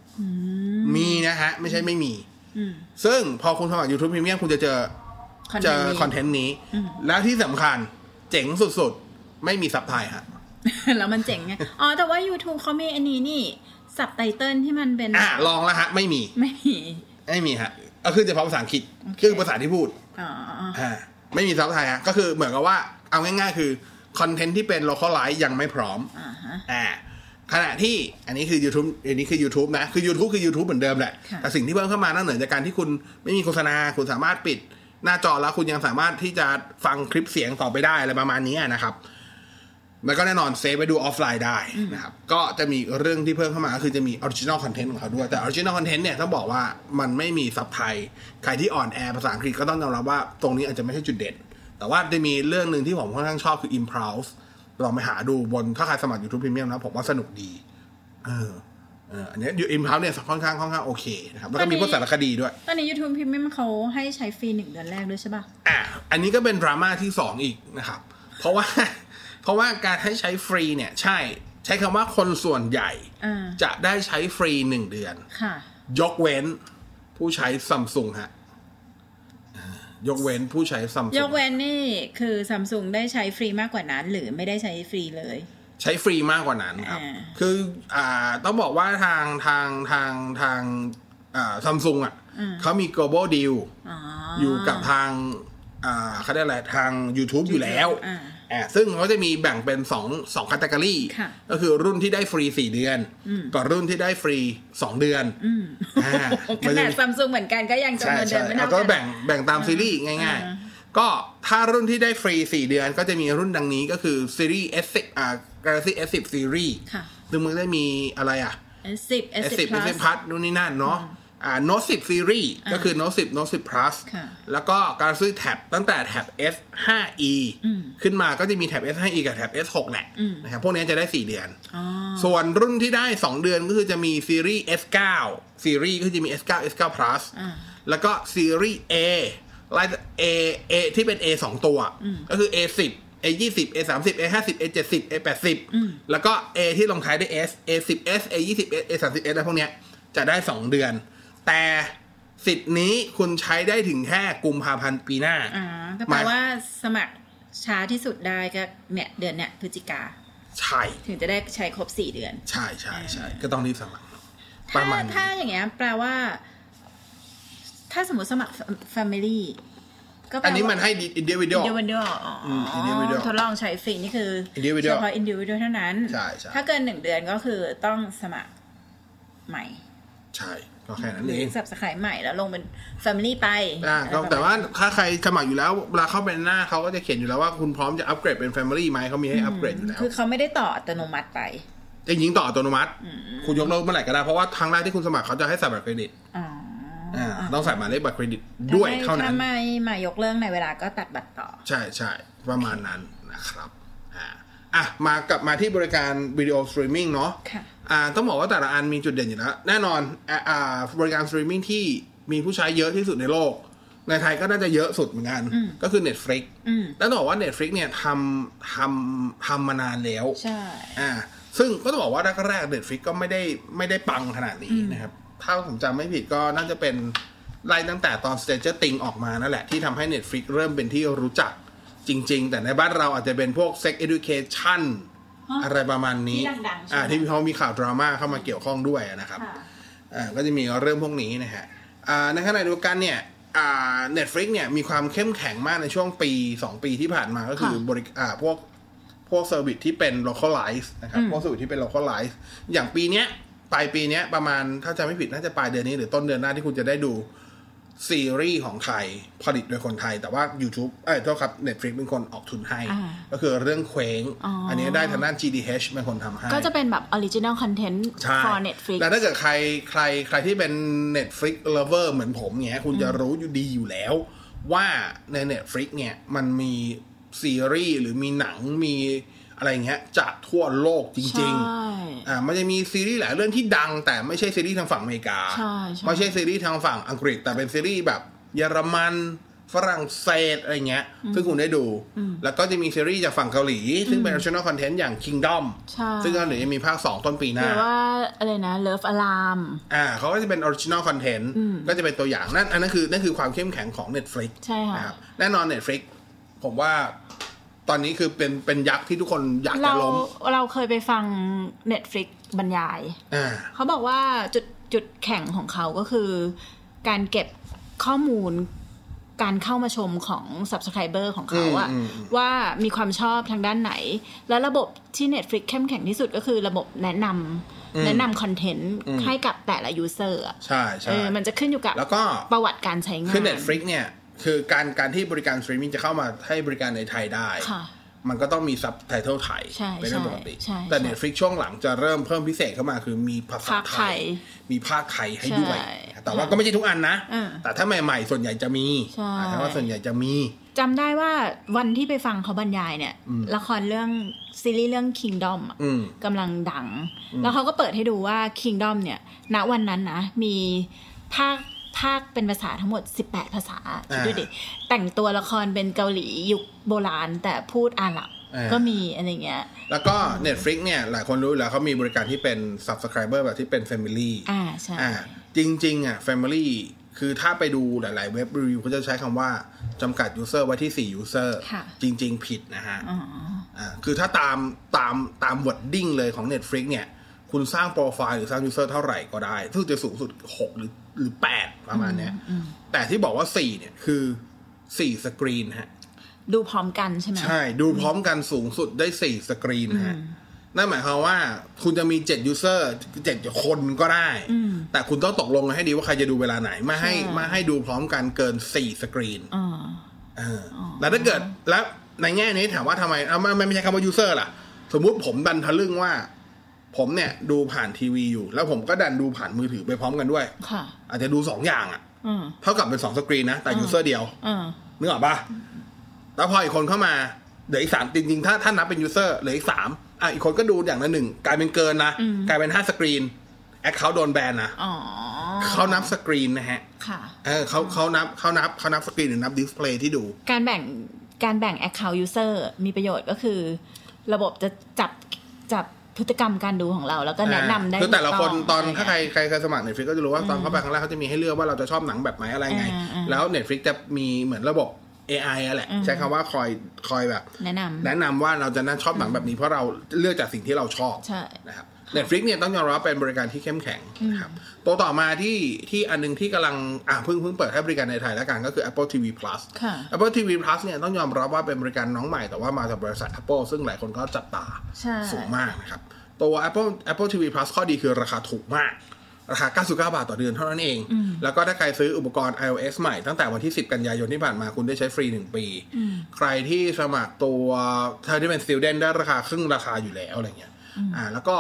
[SPEAKER 4] มีนะฮะ ไม่ใช่ไม่มี
[SPEAKER 6] อืม
[SPEAKER 4] ซึ่งพอคุณสมัคร YouTube Premium คุณจะเจอ
[SPEAKER 6] คอนเท
[SPEAKER 4] เจ
[SPEAKER 6] นต์
[SPEAKER 4] อ
[SPEAKER 6] นี้
[SPEAKER 4] คอนเทนต์นี้
[SPEAKER 6] อืม
[SPEAKER 4] แล้วที่สำคัญเจ๋งสุดๆ ไม่มีซับไทยฮะ
[SPEAKER 6] แล้วมันเจ๋งไง อ๋อ แต่ว่า YouTube เขามีอันนี้นี่ สับไตเติลที่มันเป็น
[SPEAKER 4] อ่ะ ลองแล้วฮะ ไม่มี
[SPEAKER 6] ไม่มี
[SPEAKER 4] ไม่มีฮะก็คือเฉพาะภาษาอังกฤษ
[SPEAKER 6] โอเค
[SPEAKER 4] คือภาษาที่พูด
[SPEAKER 6] อ๋อ
[SPEAKER 4] อ่าไม่มีซับไทยฮะ ก็คือเหมือนกับว่าเอาง่ายๆ คือ คอนเทนต์ที่เป็น localize ยังไม่พร้อม
[SPEAKER 6] อ่าฮะ
[SPEAKER 4] อ่าขณะที่อันนี้คือ YouTube อันนี้คือ YouTube นะ คือ YouTube คือ YouTube เหมือนเดิมแหละ
[SPEAKER 6] ค่ะ
[SPEAKER 4] แต่สิ่งที่เพิ่มเข้ามานอกเหนือจากการที่คุณไม่มีโฆษณา คุณสามารถปิดหน้าจอแล้วคุณยังสามารถที่จะฟังคลิปเสียงต่อไปได้อะไรประมาณนี้นะครับแล้วก็แน่นอนเซฟไปดูออฟไลน์ได้นะครับ ก็จะมีเรื่องที่เพิ่มเข้ามาก็คือจะมีออริจินอลคอนเทนต์ของเขาด้วย แต่ออริจินอลคอนเทนต์เนี่ยต้องบอกว่ามันไม่มีซับไทย ใครที่อ่อนแอภาษาอังกฤษก็ต้องยอมรับว่าตรงนี้อาจจะไม่ใช่จุดเด่น แต่ว่าจะมีเรื่องหนึ่งที่ผมค่อนข้างชอบคือ Impulse ลองไปหาดูบนถ้าใครสมัคร YouTube Premium นะผมว่าสนุกดี เออเอออันเนี้อยู่อิมพาวเนี่ยค่อนข้างค่อนข้างโอเคนะครับ แล้วก็
[SPEAKER 6] ตอน
[SPEAKER 4] มี
[SPEAKER 6] นี้
[SPEAKER 4] พวกสารคดีด้วย
[SPEAKER 6] ตอนนี้ YouTube Premium เขาให้ใช้ฟรีหนึ่งเดือนแรกด้วยใช่ป่ะ
[SPEAKER 4] อ่ะ อันนี้ก็เป็นดราม่าที่สองอีกนะครับ เพราะว่า เพราะว่าการให้ใช้ฟรีเนี่ย ใช่ ใช้คำว่าคนส่วนใหญ่
[SPEAKER 6] อ่า
[SPEAKER 4] จะได้ใช้ฟรีหนึ่งเดือน
[SPEAKER 6] ค่ะ
[SPEAKER 4] ยกเว้นผู้ใช้ซัมซุงฮะอ่ายกเว้นผู้ใช้ซัมซุ
[SPEAKER 6] ย
[SPEAKER 4] ง
[SPEAKER 6] กเว้นนี่คือซัมซุงได้ใช้ฟรีมากกว่านั้น หรือไม่ได้ใช้ฟรีเลย
[SPEAKER 4] ใช้ฟรีมากกว่านั้นครับ
[SPEAKER 6] อ่า
[SPEAKER 4] คืออ่าต้องบอกว่าทางทางทางทางอ่าซัมซุงอ่ะเขามี global deal
[SPEAKER 6] อ๋อ
[SPEAKER 4] อ
[SPEAKER 6] อ
[SPEAKER 4] ยู่กับทางอ่าเขาเรียกอะไรทาง YouTube อยู่แล้ว
[SPEAKER 6] อ่า
[SPEAKER 4] อ่าซึ่งเขาจะมีแบ่งเป็น2องสองคัตกรี
[SPEAKER 6] ค่ะ
[SPEAKER 4] ก็คือรุ่นที่ได้ฟรี 4 เดือน
[SPEAKER 6] อืม
[SPEAKER 4] กับรุ่นที่ได้ฟรี 2 เดือน
[SPEAKER 6] อืม
[SPEAKER 4] อ่า
[SPEAKER 6] ข
[SPEAKER 4] มันจะ
[SPEAKER 6] นาดซัมซุงเหมือนกันก็ยัง
[SPEAKER 4] ใช่
[SPEAKER 6] จำนวนเดื
[SPEAKER 4] ใช่
[SPEAKER 6] อนไม่
[SPEAKER 4] อ่ะ
[SPEAKER 6] เท่า
[SPEAKER 4] ก็
[SPEAKER 6] กัน
[SPEAKER 4] แบ่งแบ่งตามซีรีส์ง่าย
[SPEAKER 6] อ่า
[SPEAKER 4] ๆ ก็ถ้ารุ่นที่ได้ฟรี 4 เดือนก็จะมีรุ่นดังนี้ก็คือซีรีส์ S10 อ่า Galaxy S10 Series
[SPEAKER 6] ค่ะ
[SPEAKER 4] ซึ่งมึงได้มีอะไรอ่ะ
[SPEAKER 6] สิบ
[SPEAKER 4] S10
[SPEAKER 6] S10
[SPEAKER 4] S10
[SPEAKER 6] plus
[SPEAKER 4] Plus นู่นนี่นั่นเนาะอ่า Note 10 Series ก็คือ Note 10 Note 10 Plus
[SPEAKER 6] ค่ะ
[SPEAKER 4] แล้วก็ Galaxy Tab ตั้งแต่ Tab S 5e
[SPEAKER 6] อืม
[SPEAKER 4] ขึ้นมาก็จะมี Tab S 5e กับ Tab S 6แหละ
[SPEAKER 6] อืม
[SPEAKER 4] นะครับพวกนี้จะได้ 4 เดือน
[SPEAKER 6] อ๋อ
[SPEAKER 4] ส่วนรุ่นที่ได้ 2 เดือนก็คือจะมี Series S 9 Series ก็จะมี S 9 S 9 Plus
[SPEAKER 6] อ่า
[SPEAKER 4] แล้วก็ Series A ไลน์ A A ที่เป็น A 2 ตัว ก็คือ A 10 A 20 A 30 A 50 A 70 A
[SPEAKER 6] อืม
[SPEAKER 4] 80แล้วก็ A ที่ลงท้ายด้วย S A 10 S A 20 S A 30 S อะไรพวกเนี้ยจะได้ 2 เดือน แต่สิทธิ์นี้คุณใช้ได้ถึงแค่กุมภาพันธ์ปีหน้า
[SPEAKER 6] อ่าก็แปลว่าสมัครช้าที่สุดได้ก็เนี่ยเดือนเนี่ยพฤศจิกา
[SPEAKER 4] ใช่
[SPEAKER 6] ถึงจะได้ใช้ครบสี่เดือน
[SPEAKER 4] ใช่ใช่ใช่ก็ต้องรีบสมัคร ป
[SPEAKER 6] ถ้า
[SPEAKER 4] ระมาณนี้
[SPEAKER 6] ถ้าอย่างเงี้ยแปลว่า ถ้าสมมติสมัคร Family ก็แปล
[SPEAKER 4] อั
[SPEAKER 6] ว่า
[SPEAKER 4] นนี้มันให้อินดิวิเดีย
[SPEAKER 6] individual
[SPEAKER 4] อืม individual
[SPEAKER 6] ทดลองใช้ฟรีนี่คือ
[SPEAKER 4] individual
[SPEAKER 6] เฉพาะ individual เท่านั้น
[SPEAKER 4] ใช่ใช่
[SPEAKER 6] ถ้าเกินหนึ่งเดือนก็คือต้องสมัครใหม่
[SPEAKER 4] ใช่ก็แค่นั้น
[SPEAKER 6] หรื
[SPEAKER 4] เอ
[SPEAKER 6] อง สับสขายใหม่แล้วลงเป็น Family ไป
[SPEAKER 4] อ่าก็แต่ว่าถ้าใครสมัครอยู่แล้วเวลาเข้าไปหน้าเขาก็จะเขียนอยู่แล้วว่าคุณพร้อมจะอัปเกรดเป็น Family ไหมเขามีให้อัปเกรดอยู่แล้ว
[SPEAKER 6] คือเขาไม่ได้ต่ออัตโนมัติไป
[SPEAKER 4] จะยิงต่ออัตโนมัติ คุณยกเลิกเมื่อไหร่ก็ได้เพราะว่าครั้งแรกที่คุณสมัครเขาจะให้ใส่บัตรเครดิต
[SPEAKER 6] อ๋อ
[SPEAKER 4] อ่าต้องใส่หมายเลขบัตรเครดิตด้วยเท่านั้น
[SPEAKER 6] ถ้าไม่มายกเรื่องในเวลาก็ตัดบัตรต่อ
[SPEAKER 4] ใช่ใช่ประมาณนั้นนะครับอ่าอ่ะมากลับมาที่บริการวิดีโอสตรีมมิ่งเนาะ
[SPEAKER 6] ค่ะ
[SPEAKER 4] อ่าต้องบอกว่าแต่ละอันมีจุดเด่นอยู่แล้วแน่นอนอ่าอ่าบริการสตรีมมิ่งที่มีผู้ใช้เยอะที่สุดในโลก ในไทยก็น่าจะเยอะสุดเหมือนกัน ก็คือ Netflix แล้วต้องบอกว่า Netflix เนี่ยทำทำทำมานานแล้ว
[SPEAKER 6] ใช่
[SPEAKER 4] อ่า ซึ่งก็ต้องบอกว่าแรกๆเน็ตฟิกก็ไม่ได้ไม่ได้ปังขนาดนี้นะครับ ถ้าผมจำไม่ผิดก็น่าจะเป็นไล่ตั้งแต่ตอน Stranger Things ออกมานั่นแหละ ที่ทำให้ Netflix เริ่มเป็นที่รู้จักจริง ๆ แต่ในบ้านเราอาจจะเป็นพวก Sex Education อะไรประมาณนี้
[SPEAKER 6] ที่ดังๆใช่ไหม
[SPEAKER 4] อ่า ที่เขามีข่าวดราม่าเข้ามาเกี่ยวข้องด้วยนะครับ อ่าก็จะมีเรื่องพวกนี้นะฮะอ่าในขณะเดียวกันเนี่ยอ่า Netflix เนี่ยมีความเข้มแข็งมากในช่วงปี 2 ปีที่ผ่านมาก็คือบริอ่าพวกพวกเซอร์วิสที่เป็น localize นะครับพวกเซอร์วิสที่เป็น localize อย่างปีเนี้ยปลายปีเนี้ยประมาณถ้าจำไม่ผิดน่าจะปลายเดือนนี้หรือต้นเดือนหน้าที่คุณจะได้ดู ซีรีส์ของไทยผลิตโดยคนไทย แต่ว่า YouTube เอ้ยโทษครับ Netflix เป็นคนออกทุนให้
[SPEAKER 5] อ่า
[SPEAKER 4] ก็คือเรื่องเคว้ง
[SPEAKER 5] อ๋ออั
[SPEAKER 4] นนี้ได้ทางด้าน GDH เป็นคนทำให้
[SPEAKER 5] ก็จะเป็นแบบออริจิน l ลคอนเทนต์
[SPEAKER 4] ใช่
[SPEAKER 5] for Netflix
[SPEAKER 4] แล้วถ้าเกิดใครใครใครที่เป็น Netflix lover เหมือนผมเนี้ยคุณจะรู้อยู่ดีอยู่แล้ว ว่าใน Netflix เนี่ยมันมีซีรีส์หรือมีหนังมีอะไรเงี้ยจากทั่วโลกจ
[SPEAKER 5] ใช่
[SPEAKER 4] ริง ๆ อ่ามันจะมีซีรีส์หลายเรื่องที่ดัง แต่ไม่ใช่ซีรีส์ทางฝั่งอเมริกา
[SPEAKER 5] ใช่ใช่
[SPEAKER 4] ไม่ใช่ซีรีส์ทางฝั่งอังกฤษ แต่เป็นซีรีส์แบบ เยอรมันฝรั่งเศสอะไรเงี้ย ซึ่งคุณได้ดู แล้วก็จะมีซีรีส์จากฝั่งเกาหลี ซึ่งเป็น original content อย่าง Kingdom
[SPEAKER 5] ใช่
[SPEAKER 4] ซึ่งก็เดี๋ยวจะมีภาค 2 ต้นปีห
[SPEAKER 5] ห
[SPEAKER 4] น้า
[SPEAKER 5] รือว่าอะไรนะ Love Alarm
[SPEAKER 4] อ่าเขาก็จะเป็น original content ก็จะเป็นตัวอย่างนั่นอันนั้นคือนั่นคือความเข้มแข็งของ Netflix
[SPEAKER 5] ใช่ค่ะ
[SPEAKER 4] นะครับแน่นอน Netflix ผมว่าตอนนี้คือเป็นเป็นยักษ์ที่ทุกคนอยาก
[SPEAKER 5] เรา
[SPEAKER 4] จะล้ม
[SPEAKER 5] เราเคยไปฟัง Netflix บรรยาย
[SPEAKER 4] อ่า
[SPEAKER 5] เขาบอกว่าจุดจุดแข็งของเขาก็คือ การเก็บข้อมูลการเข้ามาชมของ subscriber ของเขาอะ
[SPEAKER 4] อืมอืม
[SPEAKER 5] ว่ามีความชอบทางด้านไหน และระบบที่ Netflix เข้มแข็งที่สุดก็คือระบบแนะนำแนะนำคอนเทนต์ให้กับแต่ละ user อะ
[SPEAKER 4] ใช่
[SPEAKER 5] เอ
[SPEAKER 4] ใช่
[SPEAKER 5] อมันจะขึ้นอยู่กับ
[SPEAKER 4] แล้วก็
[SPEAKER 5] ประวัติการใช้งาน
[SPEAKER 4] คือ Netflix เนี่ยคือการการที่บริการสตรีมมิ่งจะเข้ามาให้บริการในไทยได้
[SPEAKER 5] ค่ะ
[SPEAKER 4] มันก็ต้องมีซับไตเติลไทย
[SPEAKER 5] ใช่
[SPEAKER 4] เป็นเรื่องปกติ
[SPEAKER 5] ใช่ใช่
[SPEAKER 4] แต่
[SPEAKER 5] ใช่
[SPEAKER 4] Netflix ช่วงหลังจะเริ่มเพิ่มพิเศษเข้ามาคือมีภาษา
[SPEAKER 5] ภาค
[SPEAKER 4] ไท
[SPEAKER 5] ไท
[SPEAKER 4] ย
[SPEAKER 5] ย
[SPEAKER 4] มีภาคไทยให้ด้วย
[SPEAKER 5] ใช่
[SPEAKER 4] แต่ว่าก็ไม่ใช่ทุกอันนะ
[SPEAKER 5] อ่า
[SPEAKER 4] แต่ถ้าใหม่ๆ ส่วนใหญ่จะมี
[SPEAKER 5] ใช่
[SPEAKER 4] อ่าแต่ว่าส่วนใหญ่จะมี
[SPEAKER 5] จำได้ว่าวันที่ไปฟังเขาบรรยายเนี่ย ละครเรื่องซีรีส์เรื่อง Kingdom อะ
[SPEAKER 4] อืม
[SPEAKER 5] กำลังดัง แล้วเขาก็เปิดให้ดูว่า Kingdom เนี่ย ณ วันนั้นนะ มีภาค ภาคเป็นภาษาทั้งหมด 18 ภาษาคิดดูดิ แต่งตัวละครเป็นเกาหลียุคโบราณ แต่พูดอาหรับ
[SPEAKER 4] อ่า
[SPEAKER 5] ก็มีอะไรเงี้ย
[SPEAKER 4] แล้วก็ Netflix เนี่ยหลายคนรู้อยู่แล้วเขามีบริการที่เป็น Subscriber แบบที่เป็น Family
[SPEAKER 5] อ่า ใช่
[SPEAKER 4] อ่าจริง ๆ อ่ะ Family คือถ้าไปดูหลาย ๆ เว็บรีวิวเขาจะใช้คำว่าจำกัด User ไว้ที่ 4 User
[SPEAKER 5] ค่ะ
[SPEAKER 4] จริง ๆ ผิดนะฮะอ่าคือถ้าตามตามตามวอดดิ้งเลยของ Netflix เนี่ย คุณสร้างโปรไฟล์หรือสร้าง User เท่าไหร่ก็ได้ ซึ่งจะสูงสุด 6 หรือหรือ 8 ประมาณเนี้ยแต่ที่บอกว่า 4 เนี่ย คือ 4 สกรีนฮะ
[SPEAKER 5] ดูพร้อมกันใช่ไหม
[SPEAKER 4] ใช่ ดูพร้อมกันสูงสุดได้สี่สกรีนนะฮะ นั่นหมายความว่าคุณจะมีเจ็ดยูเซอร์เจ็ดคนก็ได้ แต่คุณต้องตกลงกันให้ดีว่าใครจะดูเวลาไหนไมาให้ไมาให้ดูพร้อมกันเกินสี่สกรีนเอออแล้วถ้าเกิดแล้วในแง่นี้ถามว่าทำไมเอาไม่ไม่ใช่คำว่ายูเซอร์ล่ะ สมมุติผมดันทะลึ่งว่า ผมเนี่ยดูผ่านทีวีอยู่ แล้วผมก็ดันดูผ่านมือถือไปพร้อมกันด้วย
[SPEAKER 5] ค่ะ
[SPEAKER 4] อาจจะดูสองอย่างอ่ะ
[SPEAKER 5] อืม
[SPEAKER 4] เท่ากับเป็นสองสกรีนนะ แต่ยูเซอร์เดียว
[SPEAKER 5] อืม
[SPEAKER 4] นึกออกปะแล้วพออีกคนเข้ามาเหลืออีกสามจริงๆ ถ้าถ้านับเป็นยูเซอร์เหลืออีกสามอ่ะอีกคนก็ดูอย่างละหนึ่งกลายเป็นเกินนะ กลายเป็นห้าสกรีนแอคเคาท์โดนแบนนะ
[SPEAKER 5] อ๋อ
[SPEAKER 4] เขานับสกรีนนะฮะ
[SPEAKER 5] ค่ะ
[SPEAKER 4] เออเขาเขานับเขานับเขานับสกรีนหรือนับดิสเพลย์ที่ดู
[SPEAKER 5] การแบ่ง การแบ่ง Account User มีประโยชน์ก็คือ ระบบจะจับ จับพฤติกรรมการดูของเรา แล้วก็แนะนำได้
[SPEAKER 4] คือแต่ละคนตอน
[SPEAKER 5] ถูกง
[SPEAKER 4] ถ้าใครใครเคยสมัครเน็ตฟลิกก็จะรู้ว่าตอนเข้าไปครั้งแรกเขาจะมีให้เลือกว่าเราจะชอบหนังแบบไหนอะไรไง
[SPEAKER 5] อ่าอ่า
[SPEAKER 4] แล้ว Netflix จะมีเหมือนระบบ AI อะแหละ ใช้คำว่าคอยคอยแบบ
[SPEAKER 5] แนะนำ
[SPEAKER 4] แนะนำว่าเราจะน่าชอบหนังแบบนี้เพราะเราเลือกจากสิ่งที่เราชอบ
[SPEAKER 5] ใช่
[SPEAKER 4] นะครับ Netflix เนี่ยต้องยอมรับเป็นบริการที่เข้มแข็งนะครับตัวต่อมาที่ที่อันนึงที่กำลังอ่ะเพิ่งเพิ่งเปิดให้บริการในไทยแล้วกันก็คือ Apple TV Plus
[SPEAKER 5] ค่ะ
[SPEAKER 4] Apple TV Plus เนี่ยต้องยอมรับว่าเป็นบริการน้องใหม่แต่ว่ามาจากบริษัท Apple ซึ่งหลายคนก็จับตา
[SPEAKER 5] ใช่
[SPEAKER 4] สูงมากนะครับ ตัว Apple Apple TV Plus ข้อดีคือราคาถูกมาก ราคา 99 บาทต่อเดือนเท่านั้นเอง แล้วก็ถ้าใครซื้ออุปกรณ์ iOS ใหม่ตั้งแต่วันที่ 10 กันยายนที่ผ่านมาคุณได้ใช้ฟรี 1 ปี ใครที่สมัครตัวถ้าที่เป็น Student ได้ราคาครึ่งราคาอยู่แล้วอะไรเงี้ยอ่าแล้วก็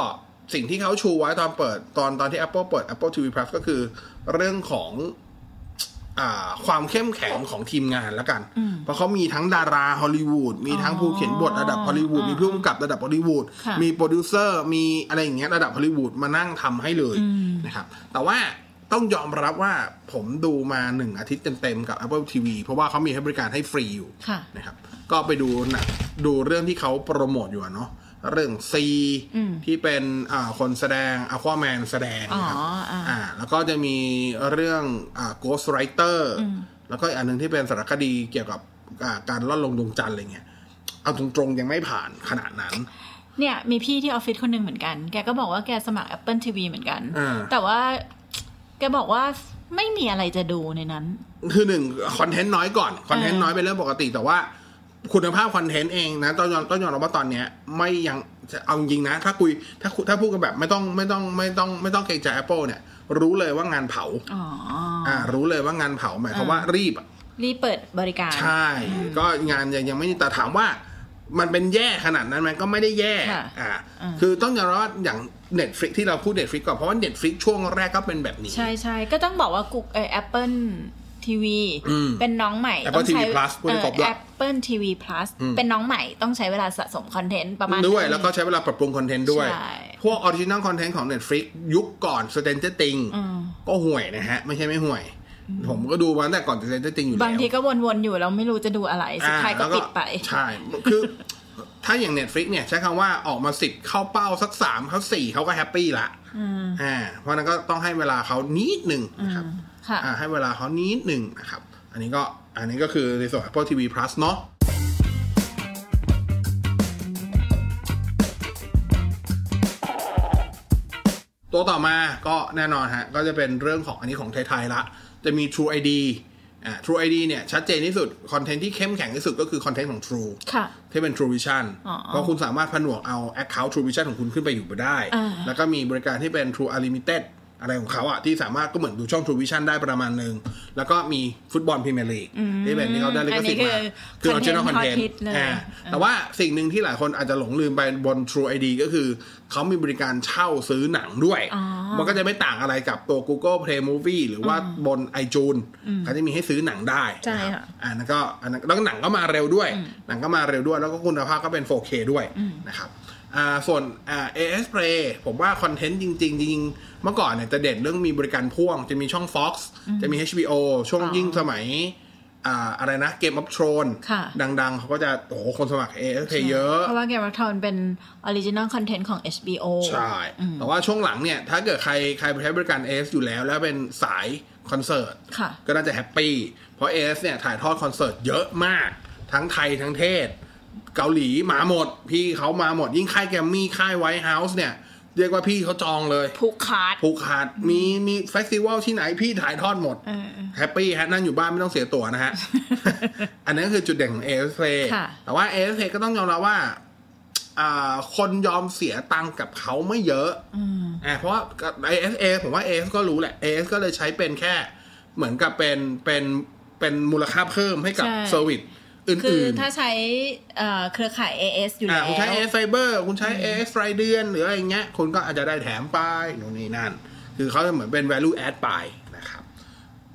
[SPEAKER 4] สิ่งที่เขาชูไว้ตอนเปิดตอนตอนที่ Apple เปิด Apple TV Plus ก็คือเรื่องของ อ่าความเข้มแข็งของทีมงานแล้วกัน เพราะเขามีทั้งดาราฮอลลีวูดมีทั้งผู้เขียนบทระดับฮอลลีวูดมีผู้กำกับระดับฮอลลีวูด
[SPEAKER 5] ค่ะ
[SPEAKER 4] มีโปรดิวเซอร์มีอะไรอย่างเงี้ยระดับฮอลลีวูดมานั่งทำให้เลยนะครับ แต่ว่าต้องยอมรับว่าผมดูมาหนึ่งอาทิตย์เต็มๆกับ Apple TV เพราะว่าเขามีให้บริการให้ฟรีอยู่
[SPEAKER 5] ค่ะ
[SPEAKER 4] นะครับก็ไปดูหนะดูเรื่องที่เขาโปรโมทอยู่อะเนาะเรื่องซีที่เป็นอ่าคนแสดงอควาแมนแสดงนะครับ
[SPEAKER 5] อ๋ออ่า
[SPEAKER 4] อ่าแล้วก็จะมีเรื่องอ่า Ghost Writer แล้วก็อีกอันหนึงที่เป็นสารคดีเกี่ยวกับอ่าการล่อนลงดวงจันทร์อะไรเงี้ยเอาตรงๆ ยังไม่ผ่านขนาดนั้น
[SPEAKER 5] เนี่ยมีพี่ที่ออฟฟิศคนหนึ่งเหมือนกัน แกก็บอกว่าแกสมัคร Apple TV เหมือนกัน
[SPEAKER 4] อ่า
[SPEAKER 5] แต่ว่าแกบอกว่าไม่มีอะไรจะดูในนั้น
[SPEAKER 4] คือหนึ่งคอนเทนต์น้อยก่อนคอนเทนต์
[SPEAKER 5] เออ
[SPEAKER 4] น้อยเป็นเรื่องปกติแต่ว่า คุณภาพคอนเทนต์เองนะต้องยอมต้องยอมรับว่าตอนเนี้ย ไม่ยังเอาจริงๆนะ ถ้าคุยถ้าคุถ้าพูดกันแบบไม่ต้องไม่ต้องไม่ต้องไม่ต้องเกรงใจ Apple เนี่ย รู้เลยว่างานเผา
[SPEAKER 5] อ๋อ
[SPEAKER 4] อ่า รู้เลยว่างานเผาหมายความว่ารีบอะ
[SPEAKER 5] รีบเปิดบริการ
[SPEAKER 4] ใช่ ก็งานยังยังไม่แต่ถามว่า มันเป็นแย่ขนาดนั้นไหมันก็ไม่ได้แย่
[SPEAKER 5] ค่ะ
[SPEAKER 4] อ่า
[SPEAKER 5] อืม
[SPEAKER 4] คือต้องยอมรับว่าอย่าง Netflix ที่เราพูด Netflix ก่อนเพราะว่า Netflix ช่วงแรกก็เป็นแบบนี้
[SPEAKER 5] ใช่ใช่ก็ต้องบอกว่ากูเออ Apple TV
[SPEAKER 4] อืม
[SPEAKER 5] เป็นน้องใหม่
[SPEAKER 4] Apple
[SPEAKER 5] ต้องใช้
[SPEAKER 4] TV Plus พูด
[SPEAKER 5] เอ
[SPEAKER 4] ให้ครบด้วย
[SPEAKER 5] อ Apple TV Plus
[SPEAKER 4] อืม
[SPEAKER 5] เป็นน้องใหม่ต้องใช้เวลาสะสมคอนเทนต์ประมาณ
[SPEAKER 4] ด้วยแล้วก็ใช้เวลาปรับปรุงคอนเทนต์ด้วย
[SPEAKER 5] ใช่
[SPEAKER 4] พวกออริจิน l ลคอนเทนต์ของ Netflix ยุคก่อน Stranger Things
[SPEAKER 5] อืม
[SPEAKER 4] ก็ห่วยนะฮะ ไม่ใช่ไม่ห่วย ผมก็ดูมาตั้งแต่ก่อน Stranger Things อยู่แล้ว
[SPEAKER 5] บางทีก็วนๆอยู่แล้วไม่รู้จะดูอะไร สุดท้ายก็
[SPEAKER 4] อ่แล้ว
[SPEAKER 5] ปิดไป
[SPEAKER 4] ใช่ คือ ถ้าอย่าง Netflix เนี่ย ใช้คำว่าออกมาสิบเข้าเป้าสักสามเข้าสี่เขาก็แฮปปี้ละอ่าเพราะฉะนั้นก็ต้องให้เวลาเขานิดหนึ่งนะครับ
[SPEAKER 5] ค่ะ
[SPEAKER 4] อ่าให้เวลาเขานิดหนึ่งนะครับ อันนี้ก็อันนี้ก็คือในส่วน Apple TV Plus เนาะ ตัวต่อมาก็แน่นอนฮะ ก็จะเป็นเรื่องของอันนี้ของไทยๆละ จะมี True ID อ่า True ID เนี่ย ชัดเจนที่สุด คอนเทนต์ที่เข้มแข็งที่สุดก็คือคอนเทนต์ของ True
[SPEAKER 5] ค่ะ
[SPEAKER 4] ที่เป็น True Vision
[SPEAKER 5] อ๋อ
[SPEAKER 4] เพราะคุณสามารถผนวกเอา Account True Vision ของคุณขึ้นไปอยู่ได้
[SPEAKER 5] อ่า
[SPEAKER 4] แล้วก็มีบริการที่เป็น True Unlimited อะไรของเขาอะที่สามารถก็เหมือนดูช่อง True Vision ได้ประมาณหนึ่งแล้วก็มีฟุตบอลพรีเมียร์ลีกที่เป็นที่เขาได้ลิขสิทธิ์มา
[SPEAKER 5] อันนี้คือ content
[SPEAKER 4] คอนเทน
[SPEAKER 5] hot
[SPEAKER 4] ต์
[SPEAKER 5] hit เลย
[SPEAKER 4] แต่ว่าสิ่งหนึ่งที่หลายคนอาจจะหลงลืมไปบน True ID ก็คือ เขามีบริการเช่าซื้อหนังด้วย
[SPEAKER 5] อ๋อ
[SPEAKER 4] มันก็จะไม่ต่างอะไรกับตัว Google Play Movie หรือว่าบน iTunes เขาจะมีให้ซื้อหนังได้น
[SPEAKER 5] ใช่ค่ะ
[SPEAKER 4] อ่านั่นก็อันนั้นแล้วก็หนังก็มาเร็วด้วย หนังก็มาเร็วด้วย แล้วก็คุณภาพก็เป็น 4K ด้วยนะครับอ่าส่วนอ่า AS Play ผมว่าคอนเทนต์จริงๆจริงๆเมื่อก่อนเนี่ยจะเด่นเรื่องมีบริการพ่วง จะมีช่อง Fox จะมี HBO ช่วงยิ่งสมัยอ่าอะไรนะเกมออฟทรอน
[SPEAKER 5] ค่ะ
[SPEAKER 4] ดังๆ เขาก็จะโอ้โหคนสมัคร AS Play เยอะ
[SPEAKER 5] เพราะว่า Game of Thrones เป็นออริจิน l ลคอนเทนต์ของ HBO
[SPEAKER 4] ใช่ แต่ว่าช่วงหลังเนี่ย ถ้าเกิดใครใครไปใช้บริการ AS อยู่แล้ว แล้วเป็นสายคอนเสิร์ต
[SPEAKER 5] ค่ะ
[SPEAKER 4] ก็น่าจะแฮปปี้ เพราะ AS เนี่ย ถ่ายทอดคอนเสิร์ตเยอะมาก ทั้งไทยทั้งเทศ เกาหลีมาหมด พี่เขามาหมด ยิ่งค่ายแกรมมี่ ค่ายไวท์เฮาส์เนี่ย เรียกว่าพี่เขาจองเลย
[SPEAKER 5] ผูกขาด
[SPEAKER 4] ผูกขาดมีมีเฟสติวัลที่ไหนพี่ถ่ายทอดหมด
[SPEAKER 5] เออ
[SPEAKER 4] แฮปปี้ฮะนั่งอยู่บ้านไม่ต้องเสียตั๋ว นะฮะ อันนั้นก็คือจุดเด่นของ a s a
[SPEAKER 5] ค่ะ
[SPEAKER 4] แต่ว่า a s a ก็ต้องยอมรับว่าอ่า คนยอมเสียตังค์กับเขาไม่เยอะอ่าเพราะว่า a s a ผมว่า a s ก็รู้แหละ a s ก็เลยใช้เป็นแค่ เหมือนกับเป็นเป็นเป็นมูลค่าเพิ่มให้กับ
[SPEAKER 5] ใช่
[SPEAKER 4] เซอร์วิสอ
[SPEAKER 5] คือื่
[SPEAKER 4] นๆ
[SPEAKER 5] ถ้าใช้เอ่อเครือข่าย AS อยู่
[SPEAKER 4] อ่า
[SPEAKER 5] แล้ว
[SPEAKER 4] คุณใช้ AS Fiber คุณใช้ AS รายเดือน หรืออะไรอย่างเงี้ยคุณก็อาจจะได้แถมไปนู่นนี่นั่น คือเขาจะเหมือนเป็น value add ไปนะครับ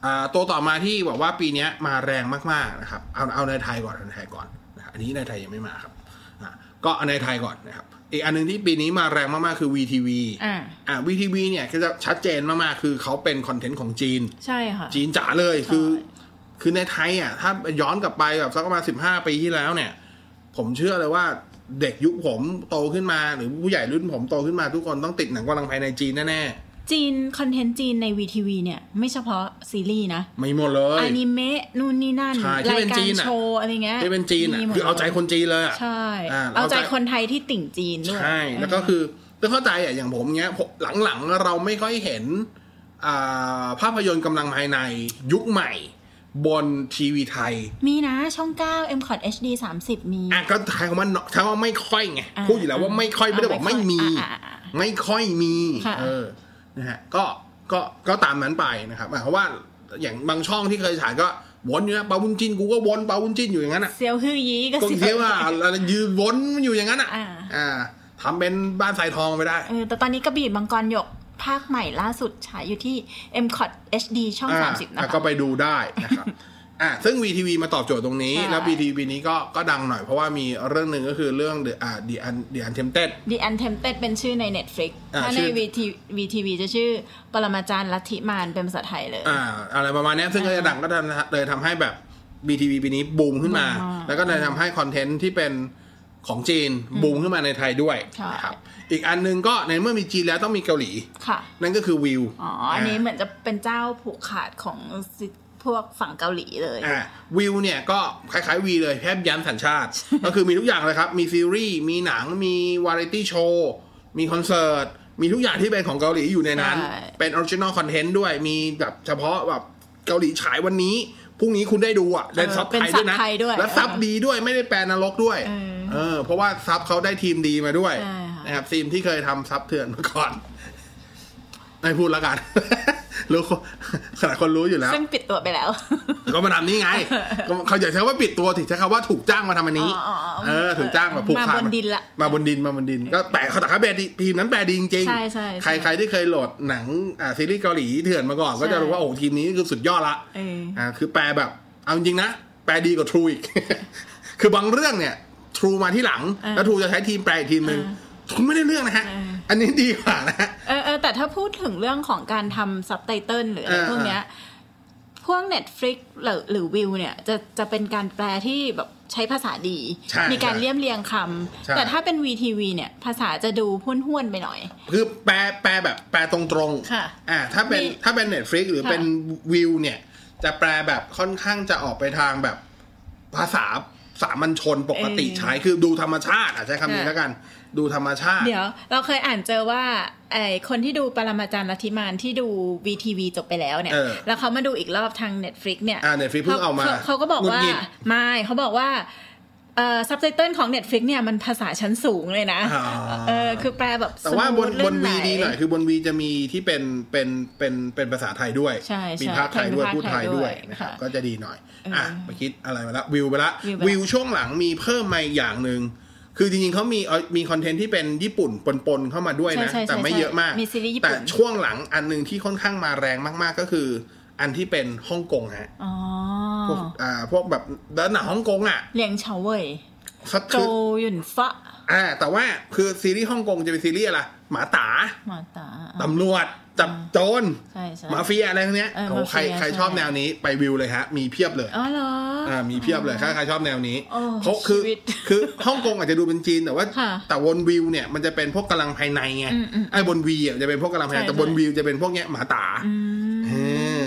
[SPEAKER 4] อ่าตัวต่อมาที่บอกว่าปีเนี้ยมาแรงมากๆนะครับ เอาเอาในไทยก่อนเอาในไทยก่อนนะครับอันนี้ในไทยยังไม่มาครับอ่าก็เอาในไทยก่อนนะครับ อีกอันหนึงที่ปีนี้มาแรงมากๆคือ VTV
[SPEAKER 5] อ่า
[SPEAKER 4] อ่า VTV เนี่ยก็จะชัดเจนมากๆคือเขาเป็นคอนเทนต์ของจีน
[SPEAKER 5] ใช่ค่ะ
[SPEAKER 4] จีนจ๋าเลยคือ
[SPEAKER 5] ใช่
[SPEAKER 4] คือในไทยอ่ะ ถ้าย้อนกลับไปแบบสักประมาณสิบห้าปีที่แล้วเนี่ย ผมเชื่อเลยว่าเด็กยุคผมโตขึ้นมา หรือผู้ใหญ่รุ่นผมโตขึ้นมาทุกคนต้องติดหนังกำลังภายในจีนแน่
[SPEAKER 5] จีน คอนเทนต์จีนใน VTV เนี่ย ไม่เฉพาะซีรีส์นะ
[SPEAKER 4] ๆ ไม่หมดเลย
[SPEAKER 5] อนิเมะนู่นนี่นั่น
[SPEAKER 4] ใช่ที่
[SPEAKER 5] รา
[SPEAKER 4] เป็
[SPEAKER 5] ย
[SPEAKER 4] น
[SPEAKER 5] การ
[SPEAKER 4] จีนอะ
[SPEAKER 5] โชว์อะไรเงี้ย
[SPEAKER 4] ที่เป็นจีนอ่ะ
[SPEAKER 5] มีหมด
[SPEAKER 4] คือเอาใจคนจีนเลยอ่ะ
[SPEAKER 5] ใช่
[SPEAKER 4] อ่
[SPEAKER 5] เอาใจคนไทยที่ติ่งจีนด้วย
[SPEAKER 4] ใช่แล้วก็คือ ต้องเข้าใจอ่ะอย่างผมเงี้ยผมหลังๆเราไม่ค่อยเห็นอ่าภาพยนตร์กำลังภายในยุคใหม่ บนทีวีไทย
[SPEAKER 5] มีนะช่อง 9 m c o t HD 30 มี
[SPEAKER 4] อ่ะก็ใช้คำว่าเนาะใช้คำว่าไม่ค่อยไง
[SPEAKER 5] อ่า
[SPEAKER 4] พูดอยู่แล้วว่าไม่ค่อย
[SPEAKER 5] อ่า
[SPEAKER 4] ไม่ได้บอกไม่มี
[SPEAKER 5] อ่าอ่าอ่า
[SPEAKER 4] ไม่ค่อยมี
[SPEAKER 5] ค่ะ
[SPEAKER 4] เออนะฮะก็ก็ก็ตามนั้นไปนะครับหมายความว่าอย่างบางช่องที่เคยฉายก็วนอยู่นะปาวุ้นจินกูก็วนปาวุ้นจินอยู่อย่างนั้นอ่ะ
[SPEAKER 5] เซียวฮือยีก็
[SPEAKER 4] ก็
[SPEAKER 5] เซี
[SPEAKER 4] เสีย
[SPEAKER 5] ยว
[SPEAKER 4] ว่าอะไรยืนวนอยู่อย่างนั้นอ่ะ
[SPEAKER 5] อ่า
[SPEAKER 4] อ่าทำเป็นบ้านสายทองไปได้
[SPEAKER 5] เออแต่ตอนนี้กระบี่มังกรหยกภาคใหม่ล่าสุดฉายอยู่ที่ m c o t HD ช่อง
[SPEAKER 4] อ่
[SPEAKER 5] 30 นะ
[SPEAKER 4] อ่
[SPEAKER 5] คะ
[SPEAKER 4] ก็ไปดูได้นะครับ อ่ะซึ่ง VTV มาตอบโจทย์ตรงนี้
[SPEAKER 5] ใช่
[SPEAKER 4] แล้ว VTV นี้ก็ก็ดังหน่อย เพราะว่ามีเรื่องหนึ่งก็คือเรื่อง The อ่า The Un The Untempted
[SPEAKER 5] The Untempted เป็นชื่อใน Netflix
[SPEAKER 4] อ่า
[SPEAKER 5] ถ้า
[SPEAKER 4] ชื่อ
[SPEAKER 5] ใน VTV VTV จะชื่อ ปรมาจารย์ลัทธิมารเป็นภาษาไทยเลย
[SPEAKER 4] อ่า อะไรประมาณเนี้ยซึ่งก็จะดังก็ทำเลยทำให้แบบ VTV ปีนี้บูมขึ้นมา
[SPEAKER 5] บูมมาก
[SPEAKER 4] แล้วก็เลยทำให้คอนเทนต์ที่เป็นของจีนบูมขึ้นมาในไทยด้วย
[SPEAKER 5] ใช่
[SPEAKER 4] นะครับอีกอันหนึงก็ในเมื่อมีจีนแล้วต้องมีเกาหลี
[SPEAKER 5] ค่ะ
[SPEAKER 4] นั่นก็คือวิว
[SPEAKER 5] อ๋อ อันนี้เหมือนจะเป็นเจ้าผูกขาดของพวกฝั่งเกาหลีเลย
[SPEAKER 4] อ่าวิวเนี่ยก็คล้ายๆวีเลยแทบย้ำสัญ ชาติ ก็คือมีทุกอย่างเลยครับ มีซีรีส์มีหนังมีวาไรตี้โชว์มีคอนเสิร์ตมีทุกอย่างที่เป็นของเกาหลีอยู่ในนั้น
[SPEAKER 5] ใช่
[SPEAKER 4] เป็นออริจินอลคอนเทนต์ด้วยมีแบบเฉพาะแบบเกาหลีฉายวันนี้พรุ่งนี้คุณได้ดูอ่ะได้
[SPEAKER 5] เออ
[SPEAKER 4] ซับ
[SPEAKER 5] เป็น
[SPEAKER 4] ไทยด้วยนะ
[SPEAKER 5] ซับไทยด้วย
[SPEAKER 4] และซับดีด้วยไม่ได้แปลนรกด้วย
[SPEAKER 5] เออ
[SPEAKER 4] เออเพราะว่าซับเขาได้ทีมดีมาด้วย
[SPEAKER 5] ใช่ค่ะ
[SPEAKER 4] นะครับทีมที่เคยทำซับเถื่อนมาก่อน ไม่พูดละกัน รู้คน ขนาดคนรู้อยู่แล้ว
[SPEAKER 5] ซึ่งปิดตัวไปแล้ว
[SPEAKER 4] ก็มาทำนี่ ไง ก็เขาอย่าใช้ว่าปิดตัวถิใช้คำว่าถูกจ้างมาทำอันนี้
[SPEAKER 5] อ๋ออ๋อ
[SPEAKER 4] เออ ถูกจ้างมาผูกขา
[SPEAKER 5] มาบนดินละ
[SPEAKER 4] มาบนดินมาบนดิน ก็แปลเขาแต่เขาแปลดีทีมนั้นแปลดีจริงๆ
[SPEAKER 5] ใช่ใช่ใช่
[SPEAKER 4] รใครที่เคยโหลดหนังอ่าซีรีส์เกาหลีเถื่อนมาก่อน ก็จะรู้ว่าโอ้โหทีมนี้คือสุดยอดละ
[SPEAKER 5] เอออ่
[SPEAKER 4] อ่าคือแปลแบบ เอาจริงๆนะ แปลดีกว่าทรูอีก คือบางเรื่องเนี่ยทรูมาที่หลัง แล้วทรูจะใช้ทีมแปลอีกทีมหนึ่งคุณไม่ได้เรื่องนะฮะ อันนี้ดีกว่านะฮะ
[SPEAKER 5] เออเออแต่ถ้าพูดถึงเรื่องของการทำซับไตเติลหรืออะไร
[SPEAKER 4] เออ
[SPEAKER 5] พวกเนี้ย พวก Netflix หรือหรือวิวเนี่ยจะจะเป็นการแปลที่แบบใช้ภาษาดี
[SPEAKER 4] ใช่
[SPEAKER 5] มีการ
[SPEAKER 4] ใช่
[SPEAKER 5] เลี่ยมเรียงค
[SPEAKER 4] ใช่
[SPEAKER 5] ำ แต่ถ้าเป็น VTV เนี่ยภาษาจะดูห้วนๆไปหน่อย
[SPEAKER 4] คือแปลแปลแบบแปลตรงๆ
[SPEAKER 5] ค่ะ
[SPEAKER 4] อ่าถ้าเป็น
[SPEAKER 5] มี
[SPEAKER 4] ถ้าเป็น Netflix หรือ
[SPEAKER 5] ค่ะ
[SPEAKER 4] เป็นวิวเนี่ย จะแปลแบบค่อนข้างจะออกไปทางแบบภาษาสามัญชนปกติ
[SPEAKER 5] เออ
[SPEAKER 4] ใช้คือดูธรรมชาติอ่ะใช้คำนี้
[SPEAKER 5] ค่ะ
[SPEAKER 4] แล้วกัน ดูธรรมชาติ
[SPEAKER 5] เดี๋ยวเราเคยอ่านเจอว่าไอคนที่ดูปรมาจารย์ลัทธิมารที่ดู VTV จบไปแล้วเนี่ย
[SPEAKER 4] เออ
[SPEAKER 5] แล้วเขามาดูอีกรอบทาง Netflix เนี่ย
[SPEAKER 4] อ่า Netflix เพิ่งเอามา
[SPEAKER 5] ขเขาก็บอกว่า
[SPEAKER 4] หงุดหงิด
[SPEAKER 5] ไม่เขาบอกว่าเอ่อซับไตเติลของ Netflix เนี่ยมันภาษาชั้นสูงเลยนะ
[SPEAKER 4] อ่า
[SPEAKER 5] เออคือแปลแบบ
[SPEAKER 4] แต่ว่าบน
[SPEAKER 5] สมูท
[SPEAKER 4] บนวี
[SPEAKER 5] ลื่
[SPEAKER 4] ดีหน่อยคือบนวีจะมีที่เป็นเป็นเป็นเป็นภาษาไทยด้วย
[SPEAKER 5] ใช่
[SPEAKER 4] มี
[SPEAKER 5] ใช่
[SPEAKER 4] ภาคไทยด้วยพูดไทยด้วยนะครับ
[SPEAKER 5] ค่ะ
[SPEAKER 4] ก็จะดีหน่อย อ่ะ
[SPEAKER 5] เออ
[SPEAKER 4] ไปคิดอะไรมาละวิวไปละ
[SPEAKER 5] วิวไปละ
[SPEAKER 4] วิวช่วงหลังมีเพิ่มมาอีกอย่างหนึ่งคือจริงๆเขามีเอามีคอนเทนต์ที่เป็นญี่ปุ่นปนๆเข้ามาด้วย ด้วย
[SPEAKER 5] ใช่
[SPEAKER 4] นะ
[SPEAKER 5] ใช่
[SPEAKER 4] แต่ไม่
[SPEAKER 5] ใช่
[SPEAKER 4] เยอะมาก
[SPEAKER 5] มีซีรีส์ญี่ปุ่น
[SPEAKER 4] แต่ช่วงหลังอันหนึ่งที่ค่อนข้างมาแรงมากๆก็คือ อันที่เป็นฮ่องกงฮะ
[SPEAKER 5] อ๋อ
[SPEAKER 4] พวกอ่าพวกแบบแล้วหนังฮ่องกงอ่ะ
[SPEAKER 5] เลียงเฉาเว่ย
[SPEAKER 4] สัก
[SPEAKER 5] โจ
[SPEAKER 4] คือ
[SPEAKER 5] หยุนฟะ
[SPEAKER 4] อ่าแต่ว่าคือซีรีส์ฮ่องกงจะเป็นซีรีส์อะไรหมาตา
[SPEAKER 5] หมาตา
[SPEAKER 4] ตำรวจจับโจร
[SPEAKER 5] ใช่ใช่
[SPEAKER 4] มาเฟียอะไรพวกเนี้ย
[SPEAKER 5] เออ
[SPEAKER 4] โอ้โห
[SPEAKER 5] มาเฟีย
[SPEAKER 4] ใครใคร
[SPEAKER 5] ใช่
[SPEAKER 4] ชอบแนวนี้ไปวิวเลยฮะ มีเพียบเลย
[SPEAKER 5] อ๋อเหรออ
[SPEAKER 4] อ่ามีเพียบเลยถ้าใครชอบแนวนี้
[SPEAKER 5] โอ้
[SPEAKER 4] เขาคือ
[SPEAKER 5] ชีวิต
[SPEAKER 4] คือฮ่องกงอาจจะดูเป็นจีนแต่ว่า
[SPEAKER 5] ค่ะ
[SPEAKER 4] แต่วนวิวเนี่ยมันจะเป็นพวกกำลังภายในไง
[SPEAKER 5] อืมอืม
[SPEAKER 4] ไอ้บนวีอ่ะจะเป็นพวกกำลังภายใน
[SPEAKER 5] ใช่
[SPEAKER 4] แต่บน
[SPEAKER 5] ใช่
[SPEAKER 4] วิวจะเป็นพวกเนี้ยหมาตาเออ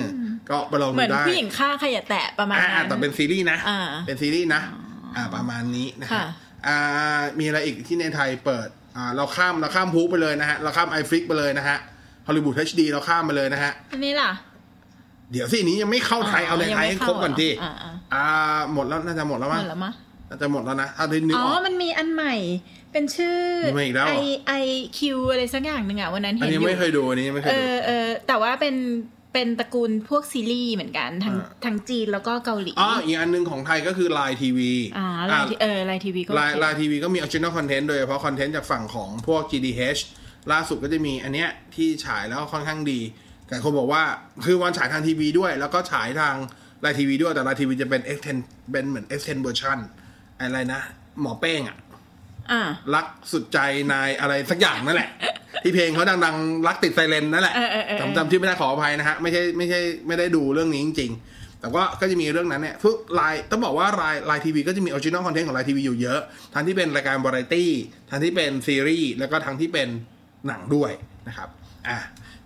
[SPEAKER 4] ก็ไปลองดู
[SPEAKER 5] เหมือน
[SPEAKER 4] ได้
[SPEAKER 5] ผู้หญิงฆ่าใครอย่าแตะประมาณ
[SPEAKER 4] อ่า
[SPEAKER 5] นั้
[SPEAKER 4] แต่
[SPEAKER 5] น
[SPEAKER 4] เป็นซีรีส์นะ
[SPEAKER 5] อ่า
[SPEAKER 4] เป็นซีรีส์นะอ่าประมาณนี้นะฮะ
[SPEAKER 5] ค่ะ
[SPEAKER 4] อ่ามีอะไรอีกที่ในไทยเปิดอ่าเราข้ามเราข้ามพูไปเลยนะฮะ เราข้ามไอฟิกไปเลยนะฮะฮอลลีวูดเอชดีเราข้ามไปเลยนะฮะ
[SPEAKER 5] อันนี้ล่ะ
[SPEAKER 4] เดี๋ยวสินี้ยังไม่เข้าไทย
[SPEAKER 5] อ๋อ
[SPEAKER 4] เอาในไทย
[SPEAKER 5] ยังไม่
[SPEAKER 4] ให้ครบก่อน
[SPEAKER 5] เข้า
[SPEAKER 4] ดิ
[SPEAKER 5] อ่าอ่า
[SPEAKER 4] อ่าหมดแล้วน่าจะหมดแล้ว
[SPEAKER 5] หม
[SPEAKER 4] มั้ง
[SPEAKER 5] ดแล้วมะ
[SPEAKER 4] น่าจะหมดแล้วนะถ้าที่นึก
[SPEAKER 5] อ๋อ
[SPEAKER 4] ออก
[SPEAKER 5] มันมีอันใหม่ เป็นชื่อ
[SPEAKER 4] มีมาอีกแล้วเหร
[SPEAKER 5] ไอ
[SPEAKER 4] อ
[SPEAKER 5] ไอคิวอะไรสักอย่างหนึ่งอ่ะวันนั้น
[SPEAKER 4] อั
[SPEAKER 5] เห็
[SPEAKER 4] น
[SPEAKER 5] นอ
[SPEAKER 4] นี้
[SPEAKER 5] ยู่
[SPEAKER 4] ไม่เคยดูอันนี้ไม่เคย
[SPEAKER 5] เอ
[SPEAKER 4] ดู
[SPEAKER 5] อเออแต่ว่าเป็นเป็นตระกูลพวกซีรีส์เหมือนกันทั้ง
[SPEAKER 4] อ่า
[SPEAKER 5] ทั้งจีนแล้วก็เกาหลี
[SPEAKER 4] อ๋ออีกอันหนึงของไทยก็คือ Line TV
[SPEAKER 5] อ่าไลน์ทีเออไลน์ทีวีก็
[SPEAKER 4] ไลน์ไลน์ทีวีก็มี original content โดยเฉพาะ content จากฝั่งของพวก GDH ล่าสุดก็จะมีอันเนี้ยที่ฉายแล้วค่อนข้างดี แต่คนบอกว่าคือวันฉายทางทีวีด้วย แล้วก็ฉายทางไลน์ทีวีด้วยแต่ไลน์ทีวีจะเป็น X10 เป็นเหมือน X10 เวอร์ชันอะไรนะ หมอเป้งอะ
[SPEAKER 5] อ่า
[SPEAKER 4] รักสุดใจนายอะไรสักอย่างนั่นแหละ ที่เพลงเขาดังๆ รักติดไซเรนนั่นแหละ
[SPEAKER 5] เออเออเออ
[SPEAKER 4] จำจำชื่อไม่ได้ขออภัยนะฮะ ไม่ใช่ไม่ใช่ไม่ได้ดูเรื่องนี้จริงๆ แต่ว่าก็จะมีเรื่องนั้นเนี่ยทุกไลน์ต้องบอกว่าไลน์ไลน์ทีวีก็จะมีออริจินอลคอนเทนต์ของไลน์ทีวีอยู่เยอะ ทั้งที่เป็นรายการวาไรตี้ทั้งที่เป็นซีรีส์แล้วก็ทั้งที่เป็นหนังด้วยนะครับอ่ะ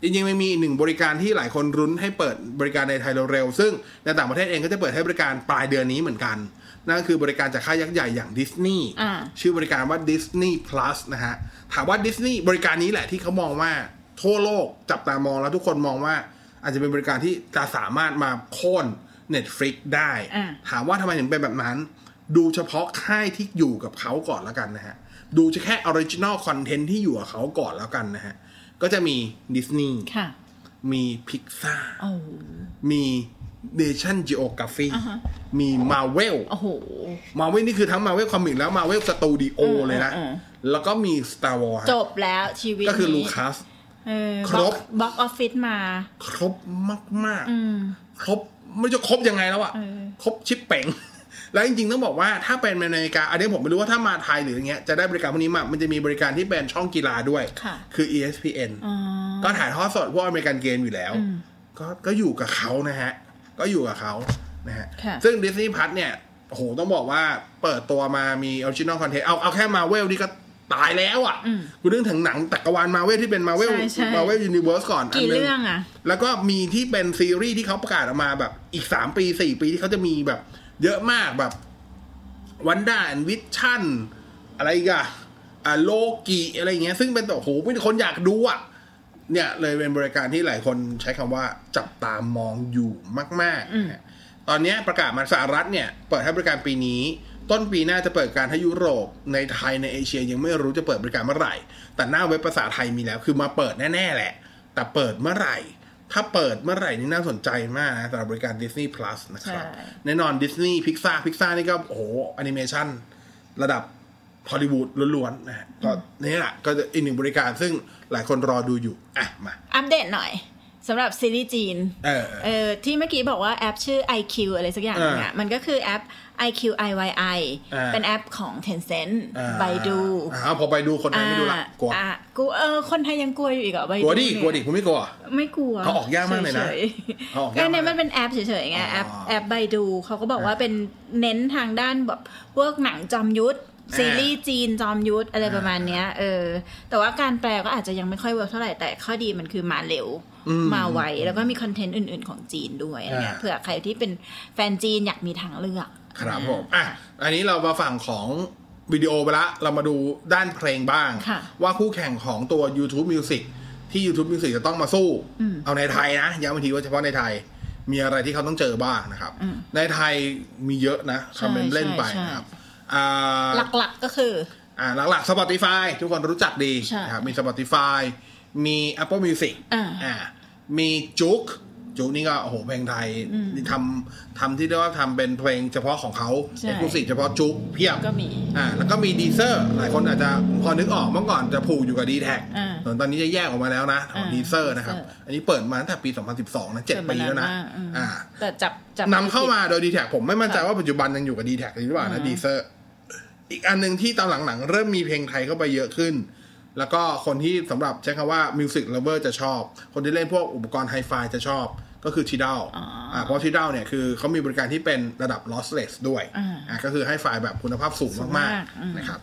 [SPEAKER 4] จริงๆมันมีอีกหนึ่งบริการที่หลายคนรุ้นให้เปิดบริการในไทยเร็วๆซึ่งในต่างประเทศเองก็จะเปิดให้บริการปลายเดือนนี้เหมือนกัน นั่นก็คือบริการจากค่ายยักษ์ใหญ่อย่างดิสนีย์
[SPEAKER 5] อ่า
[SPEAKER 4] ชื่อบริการว่า Disney Plus นะฮะ ถามว่า Disney บริการนี้แหละที่เขามองว่าทั่วโลกจับตามองแล้วทุกคนมองว่า อาจจะเป็นบริการที่จะสามารถมาโค่น Netflix ได้
[SPEAKER 5] อ่า
[SPEAKER 4] ถามว่าทำไมถึงเป็นแบบนั้น ดูเฉพาะค่ายที่อยู่กับเขาก่อนแล้วกันนะฮะ ดูแค่ออริจินอลคอนเทนต์ที่อยู่กับเขาก่อนแล้วกันนะฮะ ก็จะมีดิสนีย์
[SPEAKER 5] ค่ะ
[SPEAKER 4] มีพิกซ่า
[SPEAKER 5] โอ้โห
[SPEAKER 4] มีเดชันจิโอกราฟี
[SPEAKER 5] อ่าฮะ
[SPEAKER 4] มีมาเวล
[SPEAKER 5] โอ้โห
[SPEAKER 4] มาเวลนี่คือทั้งมาเวลคอมิกแล้วมาเวลสตูดิโอ
[SPEAKER 5] เออ
[SPEAKER 4] เลยนะ
[SPEAKER 5] เออเออ
[SPEAKER 4] แล้วก็มี Star Wars ฮะ
[SPEAKER 5] จบแล้วชีวิต
[SPEAKER 4] ก็คือลู
[SPEAKER 5] นี้
[SPEAKER 4] คัส
[SPEAKER 5] เออ
[SPEAKER 4] ครบ
[SPEAKER 5] บล็อกออฟฟิศมา
[SPEAKER 4] ครบมาก
[SPEAKER 5] อืม
[SPEAKER 4] ๆ ครบ ไม่รู้จะครบยังไงแล้วอะ
[SPEAKER 5] เออ
[SPEAKER 4] ครบชิปเป่ง แล้วจริง ๆ ต้องบอกว่าถ้าเป็นอเมริกาอันนี้ผมไม่รู้ว่าถ้ามาไทยหรืออย่างเงี้ยจะได้บริการพวกนี้มา มันจะมีบริการที่เป็นช่องกีฬาด้วย
[SPEAKER 5] ค่ะ
[SPEAKER 4] คือ ESPN
[SPEAKER 5] อ๋อ
[SPEAKER 4] ก็ถ่ายทอดสดพวกอเมริกันเกมอยู่แล้ว
[SPEAKER 5] อืม
[SPEAKER 4] ก็ก็อยู่กับเขานะฮะ ก็อยู่กับเขานะฮะ
[SPEAKER 5] ค่ะ
[SPEAKER 4] ซึ่งดิสนีย์พัทเนี่ยโอ้โหต้องบอกว่าเปิดตัวมามีออริจินอลคอนเทนต์เอาเอาแค่มาเวลนี่ก็ตายแล้วอ่ะ
[SPEAKER 5] อืม
[SPEAKER 4] กูเรื่องถึงหนังจักรวาลมาเวลที่เป็นมาเวล
[SPEAKER 5] ใช่ใช่
[SPEAKER 4] มาเวลยูนิเวอร์สก่อน
[SPEAKER 5] กี่
[SPEAKER 4] นนึ
[SPEAKER 5] เรื่องอ่ะ
[SPEAKER 4] แล้วก็มีที่เป็นซีรีส์ที่เขาประกาศออกมาแบบอีกสามปีสี่ปีที่เขาจะมีแบบ เยอะมากแบบวันด้าแอนวิชั่นอะไรอีกันอ่าโลกีอะไรอย่างเงี้ย ซึ่งเป็นตัวโอ้โหเป็นคนอยากดูอ่ะ เนี่ยเลยเป็นบริการที่หลายคนใช้คำว่าจับตามมองอยู่มากๆนะฮะตอนเนี้ยประกาศมาสหรัฐเนี่ย เปิดให้บริการปีนี้ ต้นปีหน้าจะเปิดการให้ยุโรปในไทยในเอเชียยังไม่รู้จะเปิดบริการเมื่อไหร่ แต่หน้าเว็บภาษาไทยมีแล้ว คือมาเปิดแน่ ๆ แหละ แต่เปิดเมื่อไหร่ ถ้าเปิดเมื่อไหร่นี่น่าสนใจมากนะสำหรับบริการ Disney Plus นะครับ
[SPEAKER 5] ใช่
[SPEAKER 4] แน่นอนดิสนีย์พิกซ r าพิกซานี่ก็โอ้โหแอนิเมชันระดับฮอลลีวูดล้วนๆนะฮะก็นี่แหละก็จะอีกหนึ่งบริการซึ่งหลายคนรอดูอยู่อ่ะมา
[SPEAKER 5] อัปเดตหน่อยสำหรับซีรีส์จีน
[SPEAKER 4] เออ
[SPEAKER 5] เออที่เมื่อกี้บอกว่าแอปชื่อ IQ อะไรสักอย่างหนึง
[SPEAKER 4] อ่า
[SPEAKER 5] อ่ะมันก็คือแอป IQ IYI
[SPEAKER 4] อ่า
[SPEAKER 5] เป็นแอปของ Tencent ไปดู
[SPEAKER 4] อ่าพอไปดูคนไทยไม่ดูละกลัว
[SPEAKER 5] อ่ะกูเออคนไทยยังกลัวอยู่อีกเหรอไป
[SPEAKER 4] กลัวดิ
[SPEAKER 5] เนี่ย
[SPEAKER 4] กลัวดิผมไม่กลัว
[SPEAKER 5] ไม่กลัว
[SPEAKER 4] เขาออกยากมากเลยนะ
[SPEAKER 5] ฉ
[SPEAKER 4] เขาออกยากมาก
[SPEAKER 5] ก็เนี่ยมันเป็นแอปเฉยๆไง
[SPEAKER 4] อ๋อ
[SPEAKER 5] แอปแอปไบดูเขาก็บอกว่าเป็นเน้นทางด้านแบบพวกหนังจอมยุทธ
[SPEAKER 4] า
[SPEAKER 5] ซีรีส์จีนจอมยุทธอะไร
[SPEAKER 4] อ่า
[SPEAKER 5] ประมาณเนี้ยเออแต่ว่าการแปลก็อาจจะยังไม่ค่อยเวิร์กเท่าไหร่แต่ข้อดีมันคือมาเร็ว
[SPEAKER 4] อืม
[SPEAKER 5] มาไวแล้วก็มีคอนเทนต์อื่น ๆ ของจีนด้วยอะไรเงี้ย
[SPEAKER 4] อ่า
[SPEAKER 5] เผื่อใครที่เป็นแฟนจีนอยากมีทางเลือก
[SPEAKER 4] ครับ
[SPEAKER 5] อ่า
[SPEAKER 4] ผมอ่ะอันนี้เรามาฝั่งของวิดีโอไปละเรามาดูด้านเพลงบ้าง
[SPEAKER 5] ค่ะ
[SPEAKER 4] ว่าคู่แข่งของตัว YouTube Music ที่ YouTube Music จะต้องมาสู้
[SPEAKER 5] อืม
[SPEAKER 4] เอาในไทยนะย้ำอีกทีว่าเฉพาะในไทย มีอะไรที่เขาต้องเจอบ้างนะครับ
[SPEAKER 5] อืม
[SPEAKER 4] ในไทยมีเยอะนะคอมเมนต์เล่นไป
[SPEAKER 5] ใช่
[SPEAKER 4] นะครับอ่า
[SPEAKER 5] หลัก ๆ ก็คือ
[SPEAKER 4] อ่าหลักๆ Spotify ทุกคนรู้จักดี
[SPEAKER 5] ใช่
[SPEAKER 4] นะครับมี Spotify มี Apple Music
[SPEAKER 5] อ่า
[SPEAKER 4] มีจุกจุกนี่ก็โอ้โหเพลงไทย
[SPEAKER 5] อืม
[SPEAKER 4] ทำทำที่เรียกว่าทำเป็นเพลงเฉพาะของเขา
[SPEAKER 5] ใช่
[SPEAKER 4] เอกลุสิเฉพาะจุกเพียบ
[SPEAKER 5] ก็มี
[SPEAKER 4] อ่าแล้วก็มีดีเซอร์หลายคนอาจจะพอนึกออกเมื่อก่อนจะผูกอยู่กับดีแท็ก
[SPEAKER 5] อ่า
[SPEAKER 4] ส่วนตอนนี้จะแยกออกมาแล้วนะของ
[SPEAKER 5] อ่า
[SPEAKER 4] ดีเซอร์นะครับ
[SPEAKER 5] Deezer
[SPEAKER 4] อันนี้เปิดมาตั้งแต่ปี 2012 นะเจ็ดปีแล้วนะ
[SPEAKER 5] เกิดมานานมากอืม
[SPEAKER 4] อ่า
[SPEAKER 5] แต่จับจับ
[SPEAKER 4] นำเข้ามาโดยดีแท็ผมไม่มั่นใจว่าปัจจุบันยังอยู่กับดีแท็หรือเปล่านะ
[SPEAKER 5] อ่า
[SPEAKER 4] ดีเซอร์อีกอันหนึ่งที่ตอนหลังๆ เริ่มมีเพลงไทยเข้าไปเยอะขึ้น แล้วก็คนที่สำหรับใช้คำว่ามิวสิกเลเวอร์จะชอบ คนที่เล่นพวกอุปกรณ์ไฮไฟจะชอบ ก็คือทีด l ลเพราะทีด l ลเนี่ยคือเขามีบริการที่เป็นระดับ lossless ด้วยอ่าก็คือให้ไฟล์แบบคุณภาพสูงมากๆนะครับ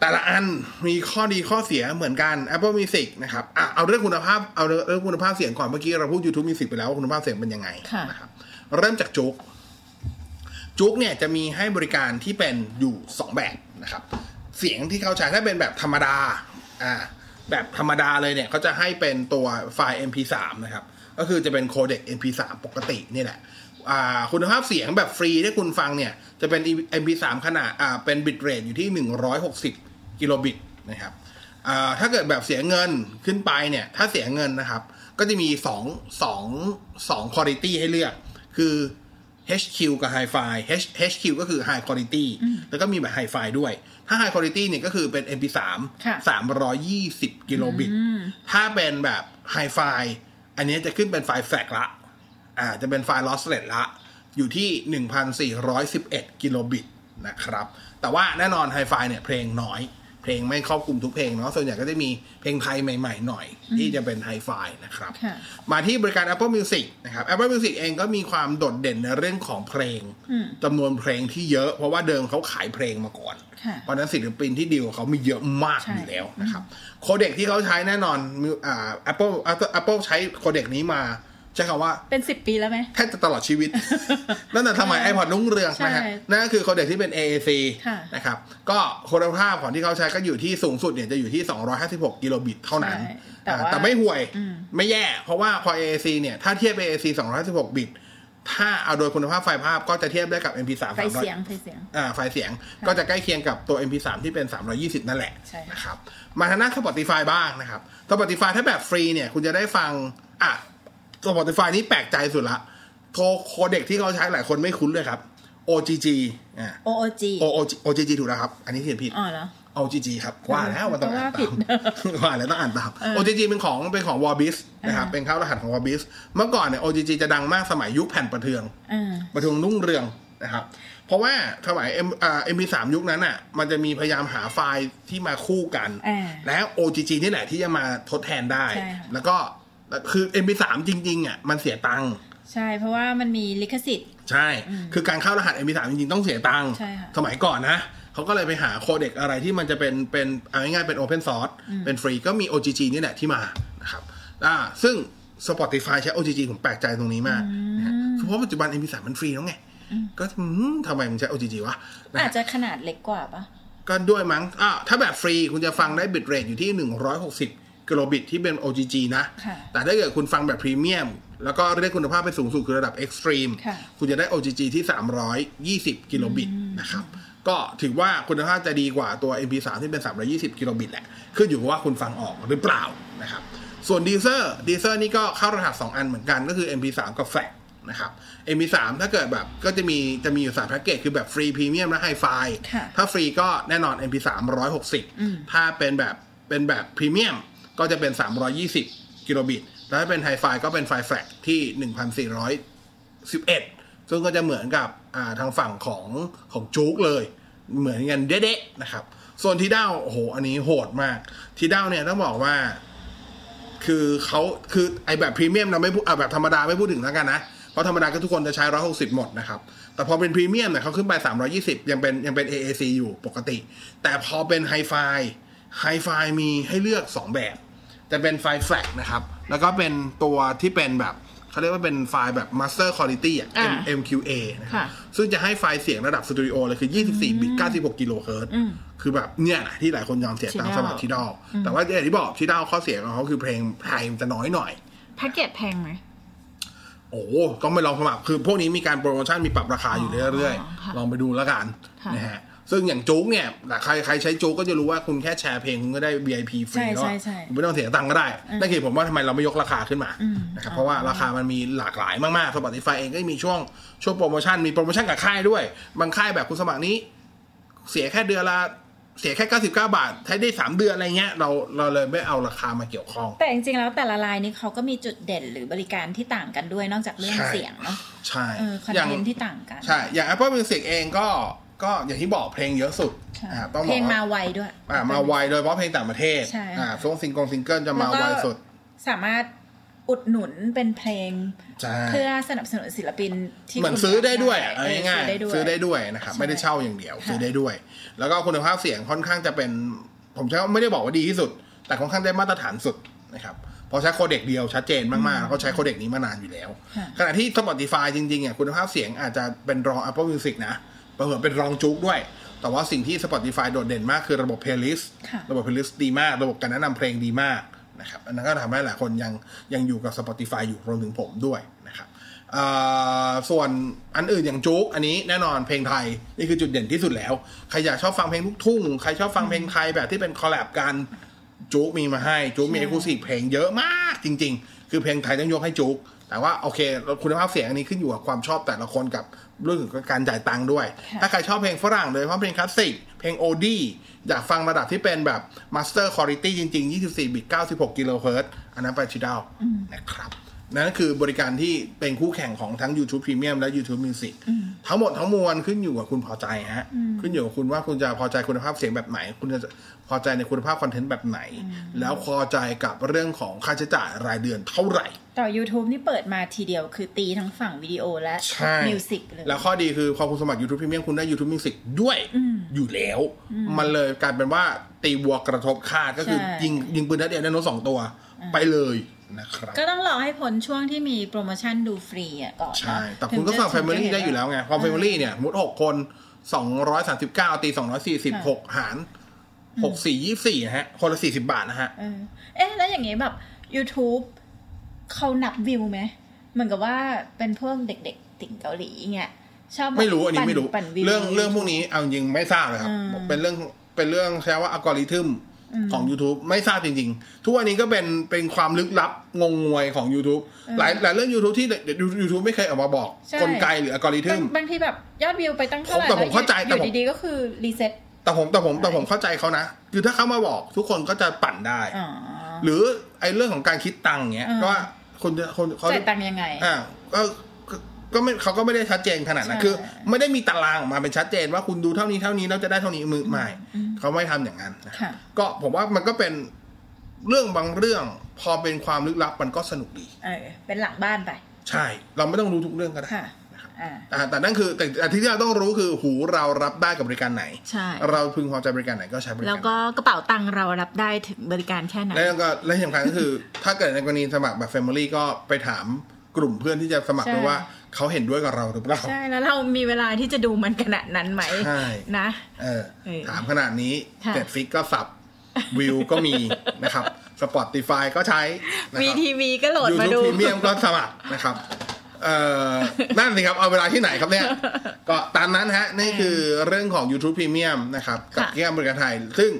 [SPEAKER 4] แต่ละอันมีข้อดีข้อเสียเหมือนกัน Apple Music นะครับอ่ะเอาเรื่องคุณภาพเอาเรื่องคุณภาพเสียงก่อนเมื่อกี้เราพูด YouTube Music ไปแล้วว่าคุณภาพเสียงเป็นยังไง
[SPEAKER 5] ค่ะ
[SPEAKER 4] นะครับเริ่มจากจุกจุกเนี่ยจะมีให้บริการที่เป็นอยู่ 2 แบบนะครับ เสียงที่เขาใช้ถ้าเป็นแบบธรรมดาอ่าแบบธรรมดาเลยเนี่ยเขาจะให้เป็นตัวไฟล์ MP3 นะครับ ก็คือจะเป็นโคเด MP3 ปกตินี่แหละอ่าคุณภาพเสียงแบบฟรีที่คุณฟังเนี่ย จะเป็น MP3 ขนาดอ่าเป็นบิตเรทอยู่ที่ 160 กิโลบิตนะครับอ่าถ้าเกิดแบบเสียเงินขึ้นไปเนี่ย ถ้าเสียเงินนะครับ ก็จะมี2 2 2 quality ให้เลือก คือ HQ กับ Hi-Fi H HQ ก็คือ High Quality แล้วก็มีแบบ Hi-Fi ด้วย ถ้า High Quality เนี่ยก็คือเป็น MP3
[SPEAKER 5] ค่ะ
[SPEAKER 4] 320 กิโลบิต ถ้าเป็นแบบ Hi-Fi อันนี้จะขึ้นเป็นไฟล์แฟลกละ อ่าจะเป็นไฟล์ lossless ละ อยู่ที่ 1,411 กิโลบิตนะครับ แต่ว่าแน่นอนไฮไฟเนี่ยเพลงน้อย เพลงไม่ครอบคลุมทุกเพลงเนาะส่วนใหญ่ก็จะมีเพลงไทยใหม่ๆหน่อย ที่จะเป็นไฮไฟนะครับ
[SPEAKER 5] ค่ะ
[SPEAKER 4] มาที่บริการ Apple Music นะครับ Apple Music เองก็มีความโดดเด่นในเรื่องของเพลงจำนวนเพลงที่เยอะเพราะว่าเดิมเขาขายเพลงมาก่อน
[SPEAKER 5] ค่ะ
[SPEAKER 4] เพราะฉะนั้นศิลปินที่ดีกว่าเขามีเยอะมาก
[SPEAKER 5] ใช่
[SPEAKER 4] อยู่แล้วนะครับ โคเด็กที่เขาใช้แน่นอนมืออ่า Apple Apple Apple ใช้โคเด็กนี้มา ใช้คำว่า
[SPEAKER 5] เป็นสิบปีแล้วไหม
[SPEAKER 4] แทบจะตลอดชีวิ ต นั่นแต่สมัยไอพอดรุ่งเรืองนะฮะ
[SPEAKER 5] ใช่
[SPEAKER 4] นั่นก็คือคอนเดกที่เป็น AAC
[SPEAKER 5] ค่ะ
[SPEAKER 4] นะครับ ก็คุณภาพของที่เขาใช้ก็อยู่ที่สูงสุดเนี่ยจะอยู่ที่ 256 กิโลบิตเท่านั้น
[SPEAKER 5] ใช่
[SPEAKER 4] อ่า
[SPEAKER 5] ว่า
[SPEAKER 4] แต่ไม่ห่วย ไม่แย่ เพราะว่าพอ AAC เนี่ย ถ้าเทียบ AAC 256 บิต ถ้าเอาโดยคุณภาพไฟล์ภาพก็จะเทียบได้กับ MP3
[SPEAKER 5] ไฟเสียง
[SPEAKER 4] 300
[SPEAKER 5] ไฟเสียง
[SPEAKER 4] อ่าไฟล์เสียงก็จะใกล้เคียงกับตัว MP3 ที่เป็น 320 นั่นแหละ
[SPEAKER 5] ใช่
[SPEAKER 4] นะครับ มาทางหน้า Spotify บ้างนะครับ Spotify ถ้าแบบฟรีเนี่ย คุณจะได้ฟัง อ่ะ Spotify นี่แปลกใจสุดละโทรโคเด็กที่เขาใช้หลายคนไม่คุ้นเลยครับ OGG อ่า
[SPEAKER 5] OOG
[SPEAKER 4] OOG OGG ถูกแล้วครับ อันนี้เขียนผิด
[SPEAKER 5] อ๋อเหรอ
[SPEAKER 4] เอาจีจีครับ ว่าแล้วมันต้องอ่าน
[SPEAKER 5] ว่าผิ
[SPEAKER 4] ตา
[SPEAKER 5] ด
[SPEAKER 4] ม ว่าแล้วต้องอ่านตามโอจีจีเป็นของเป็นของวอ r b บิสนะครับ เป็นเข้าวรหัสของวอ r b บิสเมื่อก่อนเนี่ยโอจีจีจะดังมากสมัยยุคแผ่นประเทือง
[SPEAKER 5] อ่า
[SPEAKER 4] ประเทืองรุ่งเรืองนะครับ เพราะว่าสมัยเอ็มเอ็มพีสามยุคนั้นอ่ะ มันจะมีพยายามหาไฟล์ที่มาคู่กัน
[SPEAKER 5] อ่า
[SPEAKER 4] แล้ว OGG นี่แหละที่จะมาทดแทนได้
[SPEAKER 5] ใช่ค่ะ
[SPEAKER 4] แล้วก็คือ MP3 จริงๆอ่ะมันเสียตังค์
[SPEAKER 5] ใช่ เพราะว่ามันมีลิขสิทธิ์
[SPEAKER 4] ใช่ คือการเข้ารหัส MP3 จริงๆ ต้องเสียตังค์
[SPEAKER 5] ใช่ค่ะ
[SPEAKER 4] สมัยก่อนนะ เขาก็เลยไปหาโคเด็กอะไรที่มันจะเป็นเป็นเอาง่ายๆเป็น Open Source เป็นฟรีก็มี OGG นี่แหละที่มานะครับอ่าซึ่ง Spotify ใช้ OGG ผมแปลกใจตรงนี้มากนะฮะเพราะปัจจุบัน MP3 มันฟรีแล้วไง ก็อืมทำไมมันใช้ OGG วะนะ
[SPEAKER 5] อา
[SPEAKER 4] ฮะ
[SPEAKER 5] จจะขนาดเล็กกว่าปะ
[SPEAKER 4] ก็ด้วยมั้งอ่าถ้าแบบฟรีคุณจะฟังได้บิตเรทอยู่ที่ 160 กิโลบิตที่เป็น OGG นะ
[SPEAKER 5] ค่ะ
[SPEAKER 4] แต่ถ้าเกิดคุณฟังแบบพรีเมียม แล้วก็ได้คุณภาพไปสูงสุดคือระดับ Extreme
[SPEAKER 5] ค่ะ
[SPEAKER 4] คุณจะได้ OGG ที่ 320 กิโลบิตนะครับ ก็ถือว่าคุณภาพจะดีกว่าตัว MP3 ที่เป็น 320 กิโลบิตแหละ ขึ้นอยู่กับว่าคุณฟังออกหรือเปล่านะครับ ส่วนดีเซอร์ดีเซอร์นี่ก็เข้ารหัส 2 อันเหมือนกันก็คือ MP3 กับแฟลชนะครับ MP3 ถ้าเกิดแบบก็จะมีจะมีอยู่ 3 แพ็กเกจคือแบบฟรีพรีเมียมและไฮไฟ
[SPEAKER 5] ค่ะ
[SPEAKER 4] ถ้าฟรีก็แน่นอน MP3 160 ถ้าเป็นแบบเป็นแบบพรีเมียมก็จะเป็น 320 กิโลบิต แล้วถ้าเป็นไฮไฟก็เป็นไฟล์แฟลชที่ 1,400 11 ซึ่งก็จะเหมือนกับอ่าทางฝั่งของของจุกเลย เหมือนกันเด๊ะๆนะครับ ส่วนทีด้าวโอ้โห อันนี้โหดมาก ทีด้าวเนี่ยต้องบอกว่า คือเขาคือไอแบบพรีเมียมเราไม่พูดอ่ะแบบธรรมดาไม่พูดถึงแล้วกันนะ เพราะธรรมดาก็ทุกคนจะใช้ 160 หมดนะครับ แต่พอเป็นพรีเมียมเนี่ยเขาขึ้นไป 320 ยังเป็นยังเป็น AAC อยู่ปกติ แต่พอเป็นไฮไฟไฮไฟมีให้เลือก 2 แบบ จะเป็นไฟล์แฟลกนะครับ แล้วก็เป็นตัวที่เป็นแบบเขาเรียกว่าเป็นไฟล์แบบ Master Quality อ่ะ M-
[SPEAKER 5] อ่า
[SPEAKER 4] MQA นะครับ
[SPEAKER 5] ค่ะ
[SPEAKER 4] ซึ่งจะให้ไฟล์เสียงระดับสตูดิโอเลยคือ 24 บิต 96 กิโลเฮิรตซ์คือแบบเนี่ยนะที่หลายคนยอมเสียตังค์สำหรับทีดอลแต่ว่าอย่างที่บอกทีดอลข้อเสียของเขาคือเพลงไทยมันจะน้อยหน่อย
[SPEAKER 5] แพ็กเกจแพงไหม
[SPEAKER 4] โอ้โหต้องไปลองสมัคร คือพวกนี้มีการโปรโมชั่นมีปรับราคาอยู่เรื่อยๆ ลองไปดูแล้วกัน
[SPEAKER 5] ค่ะ
[SPEAKER 4] นะฮะ ซึ่งอย่างจุ๊กเนี่ยใครใครใช้จุ๊กก็จะรู้ว่าคุณแค่แชร์เพลงคุณก็ได้ VIP ฟรี
[SPEAKER 5] ใช่
[SPEAKER 4] แล้ว
[SPEAKER 5] ใช่
[SPEAKER 4] อะ
[SPEAKER 5] ใช่
[SPEAKER 4] คุณไม่ต้องเสียตังค์ก็ได้นั่นคือผมว่าทำไมเราไม่ยกราคาขึ้นมานะครับเพราะว่าราคามันมีหลากหลายมากๆ Spotify เองก็มีช่วงช่วงโปรโมชั่นมีโปรโมชั่นกับค่ายด้วย บางค่ายแบบคุณสมัครนี้ เสียแค่เดือนละเสียแค่ 99 บาทใช้ได้สามเดือนอะไรเงี้ยเราเราเลยไม่เอาราคามาเกี่ยวข้อง
[SPEAKER 5] แต่จริงๆแล้วแต่ละรายนี้เขาก็มีจุดเด่นหรือบริการที่ต่างกันด้วยนอกจากเรื่อง
[SPEAKER 4] ใช่
[SPEAKER 5] เสียงเนาะ
[SPEAKER 4] ใช่
[SPEAKER 5] เออคอน
[SPEAKER 4] อย่าง
[SPEAKER 5] เทนต์ที่ต่างกัน
[SPEAKER 4] ใช่ อย่าง Apple Music เองก็ ก็อย่างที่บอกเพลงเยอะสุด
[SPEAKER 5] ใช่
[SPEAKER 4] อ่าต้องบ
[SPEAKER 5] เพ
[SPEAKER 4] อ
[SPEAKER 5] ล
[SPEAKER 4] ก
[SPEAKER 5] งมา
[SPEAKER 4] ว่า
[SPEAKER 5] ไวด้วย
[SPEAKER 4] อ่ามาไวโดยเฉพาะเพลงต่างประเทศ
[SPEAKER 5] ใช่
[SPEAKER 4] อ่าช่วงซิงกงซิงเกิลจะมาไวสุด
[SPEAKER 5] สามารถอุดหนุนเป็นเพลง
[SPEAKER 4] ใช่
[SPEAKER 5] เพื่อสนับสนุนศิลปินที่
[SPEAKER 4] เหมือน
[SPEAKER 5] คุณ
[SPEAKER 4] ซื้อได้ด้วยอ่ะ
[SPEAKER 5] เออ
[SPEAKER 4] เอาง่ายๆซื้
[SPEAKER 5] ซื้
[SPEAKER 4] อ
[SPEAKER 5] อ
[SPEAKER 4] ได้
[SPEAKER 5] ได้ด้วย
[SPEAKER 4] ด้วยนะครับ
[SPEAKER 5] ใช่
[SPEAKER 4] ไม่ได้เช่าอย่างเดียว
[SPEAKER 5] ค่ะ
[SPEAKER 4] ซื้อได้ด้วย แล้วก็คุณภาพเสียงค่อนข้างจะเป็น ผมใช้ว่าไม่ได้บอกว่าดีที่สุด แต่ค่อนข้างได้มาตรฐานสุดนะครับเพอใช้โคเด็กเดียวชัดเจนมากๆแล้วก็ใช้โคเด็กนี้มานานอยู่แล้ว ขณะที่ Spotify จริงๆอ่ะคุณภาพเสียงอาจจะเป็นรอง Apple Music นะเผื่อเป็นรองจุกด้วย แต่ว่าสิ่งที่ Spotify โดดเด่นมากคือระบบ playlist
[SPEAKER 5] ค่ะ
[SPEAKER 4] ระบบ playlist ดีมาก ระบบการแนะนำเพลงดีมากนะครับอันนั้นก็ทำให้หลายคนยังยังอยู่กับ Spotify อยู่รวมถึงผมด้วยนะครับเอ่อส่วนอันอื่นอย่างจุกอันนี้แน่นอนเพลงไทย นี่คือจุดเด่นที่สุดแล้ว ใครอยากชอบฟังเพลงลูกทุ่ง ใครชอบฟังเพลงไทยแบบที่เป็นคอลแลบกัน จุกมีมาให้จุกมีเอ c ก u s i v e เพลงเยอะมากจริง ๆ คือเพลงไทยต้องยกให้จุกแต่ว่าโอเคคุณภาพเสียงอันนี้ขึ้นอยู่กับความชอบแต่ละคนกับเรื่องของการจ่ายตังค์ด้วย ถ้าใครชอบเพลงฝรั่งโดยเฉพาะเพลงคลาสสิกเพลงโอดี้อยากฟังระดับที่เป็นแบบมาสเตอร์ค l i t y จริง ๆ 24 บิต 96 กิโลเฮิรตซ์อันนั้นไปชิดาวนะครับ นั่นคือบริการที่เป็นคู่แข่งของทั้ง YouTube Premium และ YouTube Music ทั้งหมดทั้งมวลขึ้นอยู่กับคุณพอใจฮะ ขึ้นอยู่กับคุณว่าคุณจะพอใจคุณภาพเสียงแบบไหน คุณจะพอใจในคุณภาพคอนเทนต์แบบไหน แล้วพอใจกับเรื่องของค่าใช้จ่ายรายเดือนเท่าไหร่
[SPEAKER 5] ต่อ YouTube นี่เปิดมาทีเดียวคือตีทั้งฝั่งวิดีโอและ
[SPEAKER 4] ใช่
[SPEAKER 5] มิวสิกเลย
[SPEAKER 4] แล้วข้อดีคือพอคุณสมัคร YouTube Premium คุณได้ YouTube Music ด้วยอยู่แล้ว มันเลยกลายเป็นว่าตีวัวกระทบคาดก็คือ
[SPEAKER 5] ใช่
[SPEAKER 4] ยิงยิงปืนนัดเดียวได้นกสองตัว ไปเลย นะครับ
[SPEAKER 5] ก็ต้องรอให้พ้นช่วงที่มีโปรโมชั่นดูฟรีอ่ะก่อน
[SPEAKER 4] ใช่ แต่คุณก็สั่งแฟมิลี่ได้อยู่แล้วไงพอแฟมิลี่เนี่ยสมมุดหกคนสองร้อยสามสิบเก้าตีสองร้อยสี่สิบหกหารหกสี่ยี่สี่ฮะ คนละสี่สิบาทนะฮะ
[SPEAKER 5] เออเอ๊ะ แล้วอย่างงี้แบบ YouTube เขานับวิวไหมเหมือนกับว่าเป็นพวกเด็กๆ ติ่งเกาหลีเงี้ยชอบ
[SPEAKER 4] ไม่รู้อันนี้
[SPEAKER 5] ปั่
[SPEAKER 4] ไม่รู้
[SPEAKER 5] ปั่นวิว
[SPEAKER 4] เรื่องเรื่องพวกนี้เอาจริงไม่ทราบเลยครับ
[SPEAKER 5] อืม
[SPEAKER 4] เป็นเรื่องเป็นเรื่องใช้ว่าอัลกอริทึมของ YouTube ไม่ทราบจริง ๆ ทุกวันนี้ก็เป็นเป็นความลึกลับงงงวยของ YouTube หลายหลายเรื่อง YouTube ที่เดี๋ยว YouTube ไม่เคยออกมาบอก
[SPEAKER 5] ใช่
[SPEAKER 4] กลไกหรืออัลกอริทึ
[SPEAKER 5] บาง
[SPEAKER 4] ม
[SPEAKER 5] บางทีแบบยอดวิวไปตั้งเท่าไหร่
[SPEAKER 4] แต่ผมเข้าใจ
[SPEAKER 5] อ
[SPEAKER 4] แต่ผม
[SPEAKER 5] ยู่ดีๆก็คือรีเซ็ต
[SPEAKER 4] แต่ผมแต่ผมแต่ผมเข้าใจเขานะ คือถ้าเขามาบอกทุกคนก็จะปั่นได้
[SPEAKER 5] อ๋อ
[SPEAKER 4] หรือไอ้เรื่องของการคิดตังค์เงี้ย
[SPEAKER 5] อืม
[SPEAKER 4] ก็ว่าคนจะคนเขา
[SPEAKER 5] จ่ายตังค์ยังไง
[SPEAKER 4] อ่าก็ก็ก็ไม่เขาก็ไม่ได้ชัดเจนขนาดนั้น
[SPEAKER 5] ใช่
[SPEAKER 4] คือ ไม่ได้มีตารางออกมาเป็นชัดเจนว่าคุณดูเท่านี้เท่านี้แล้วจะได้เท่านี้มือใหม่เขาไม่ทำอย่างนั้นนะ
[SPEAKER 5] ค่ะ
[SPEAKER 4] ก็ผมว่ามันก็เป็นเรื่องบางเรื่องพอเป็นความลึกลับมันก็สนุกดี
[SPEAKER 5] เออ เป็นหลังบ้านไป
[SPEAKER 4] ใช่ เราไม่ต้องรู้ทุกเรื่องก็ได้
[SPEAKER 5] ค่ะ
[SPEAKER 4] นะครับ
[SPEAKER 5] อ่า
[SPEAKER 4] อ่าแต่นั่นคือแต่แต่ที่เราต้องรู้คือหูเรารับได้กับบริการไหน
[SPEAKER 6] ใช่
[SPEAKER 4] เราพึงพอใจบริการไหนก็ใช้บริการ
[SPEAKER 6] แล้ว
[SPEAKER 4] นั้น
[SPEAKER 6] ก็กระเป๋าตังค์เรารับได้ถึงบริการแค่ไหน
[SPEAKER 4] แล้วก็และที่สำคัญก็คือ ถ้าเกิดในกรณีสมัครแบบ Family ก็ไปถามกลุ่มเพื่อนที่จะสมัคร
[SPEAKER 5] ใช่
[SPEAKER 4] ด้วยว่าเขาเห็นด้วยกับเราหรือเปล่า
[SPEAKER 6] ใช่ แล้วเรามีเวลาที่จะดูมันขนาดนั้นไหม
[SPEAKER 4] ใช่
[SPEAKER 6] นะ
[SPEAKER 4] เออ
[SPEAKER 6] เออ
[SPEAKER 4] ถามขนาดนี้
[SPEAKER 6] ค่ะ
[SPEAKER 4] เจ็ดฟิกก็สับ วิวก็มีนะครับ Spotify ก็ใช้นะ
[SPEAKER 6] มี
[SPEAKER 4] ครับ
[SPEAKER 6] ทีวีก็โหลดมาดู
[SPEAKER 4] พรีเมียมก็สมัครนะครับ เอ่ อ นั่นสิครับ เอาเวลาที่ไหนครับเนี่ย ก็ตามนั้นฮะ นี่คือเรื่องของ YouTube Premium นะครับ กับ
[SPEAKER 6] ค่ะ
[SPEAKER 4] แก้มบริการไทย ซึ่ง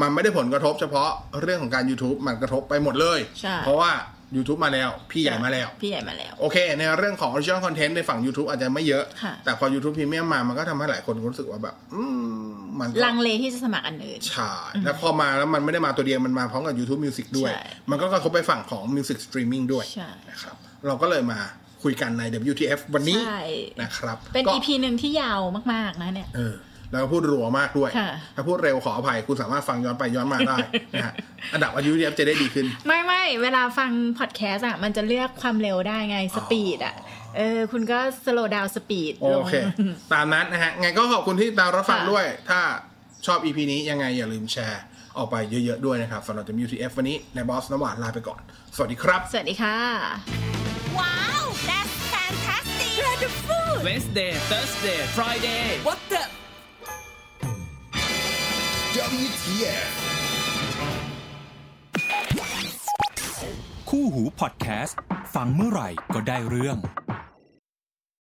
[SPEAKER 4] มันไม่ได้ผลกระทบเฉพาะเรื่องของการ YouTube มันกระทบไปหมดเลย
[SPEAKER 6] ใช่
[SPEAKER 4] เพราะว่า YouTube มาแล้ว พี่ใหญ่มาแล้ว
[SPEAKER 6] พี่ใหญ่มาแล้ว
[SPEAKER 4] โอเค ในเรื่องของ original content ในฝั่ง YouTube อาจจะไม่เยอะ
[SPEAKER 6] ค่ะ
[SPEAKER 4] แต่พอ YouTube Premium มา มันก็ทำให้หลายคนรู้สึกว่าแบบ อืม มันก็
[SPEAKER 6] ลังเลที่จะสมัครอันอื่น
[SPEAKER 4] ใช่แล้วพอมาแล้วมันไม่ได้มาตัวเดียว มันมาพร้อมกับ YouTube Music ด้วย
[SPEAKER 6] ใช่
[SPEAKER 4] มันก็กระทบไปฝั่งของ Music Streaming ด้วย
[SPEAKER 6] ใช่
[SPEAKER 4] นะครับ เราก็เลยมาคุยกันใน WTF วันนี้
[SPEAKER 6] ใช่
[SPEAKER 4] นะครับ
[SPEAKER 6] เป็น
[SPEAKER 4] ก็
[SPEAKER 6] EP หนึ่งที่ยาวมากๆนะเนี่ย
[SPEAKER 4] เออแล้วก็พูดรัวมากด้วย
[SPEAKER 6] ค่ะ
[SPEAKER 4] ถ้าพูดเร็วขออภัย คุณสามารถฟังย้อนไปย้อนมาได้ นะฮะอันดับอายุ WTF จะได้ดีขึ้น
[SPEAKER 6] ไม่ไม่เวลาฟังพอดแคสต์อ่ะ มันจะเลือกความเร็วได้ไงสปีดอ่ะ เออ คุณก็สโลว์ดาวสปีด
[SPEAKER 4] โอเค ตามนั้นนะฮะไงก็ขอบคุณที่ตามรับฟัง
[SPEAKER 6] ค่ะ
[SPEAKER 4] ด้วย ถ้าชอบ EP นี้ยังไงอย่าลืมแชร์ ออกไปเยอะๆด้วยนะครับสำหรับ WTF วันนี้นายบอสน้ำหวานลาไปก่อน สวัสดีครับ
[SPEAKER 6] สวัสดีค่ะ
[SPEAKER 2] Wow, that's fantastic! Wonderful!
[SPEAKER 7] Wednesday, Thursday, Friday.
[SPEAKER 2] What the?
[SPEAKER 8] WTF
[SPEAKER 1] คู่หูพอดแคสต์ ฟังเมื่อไหร่ก็ได้เรื่อง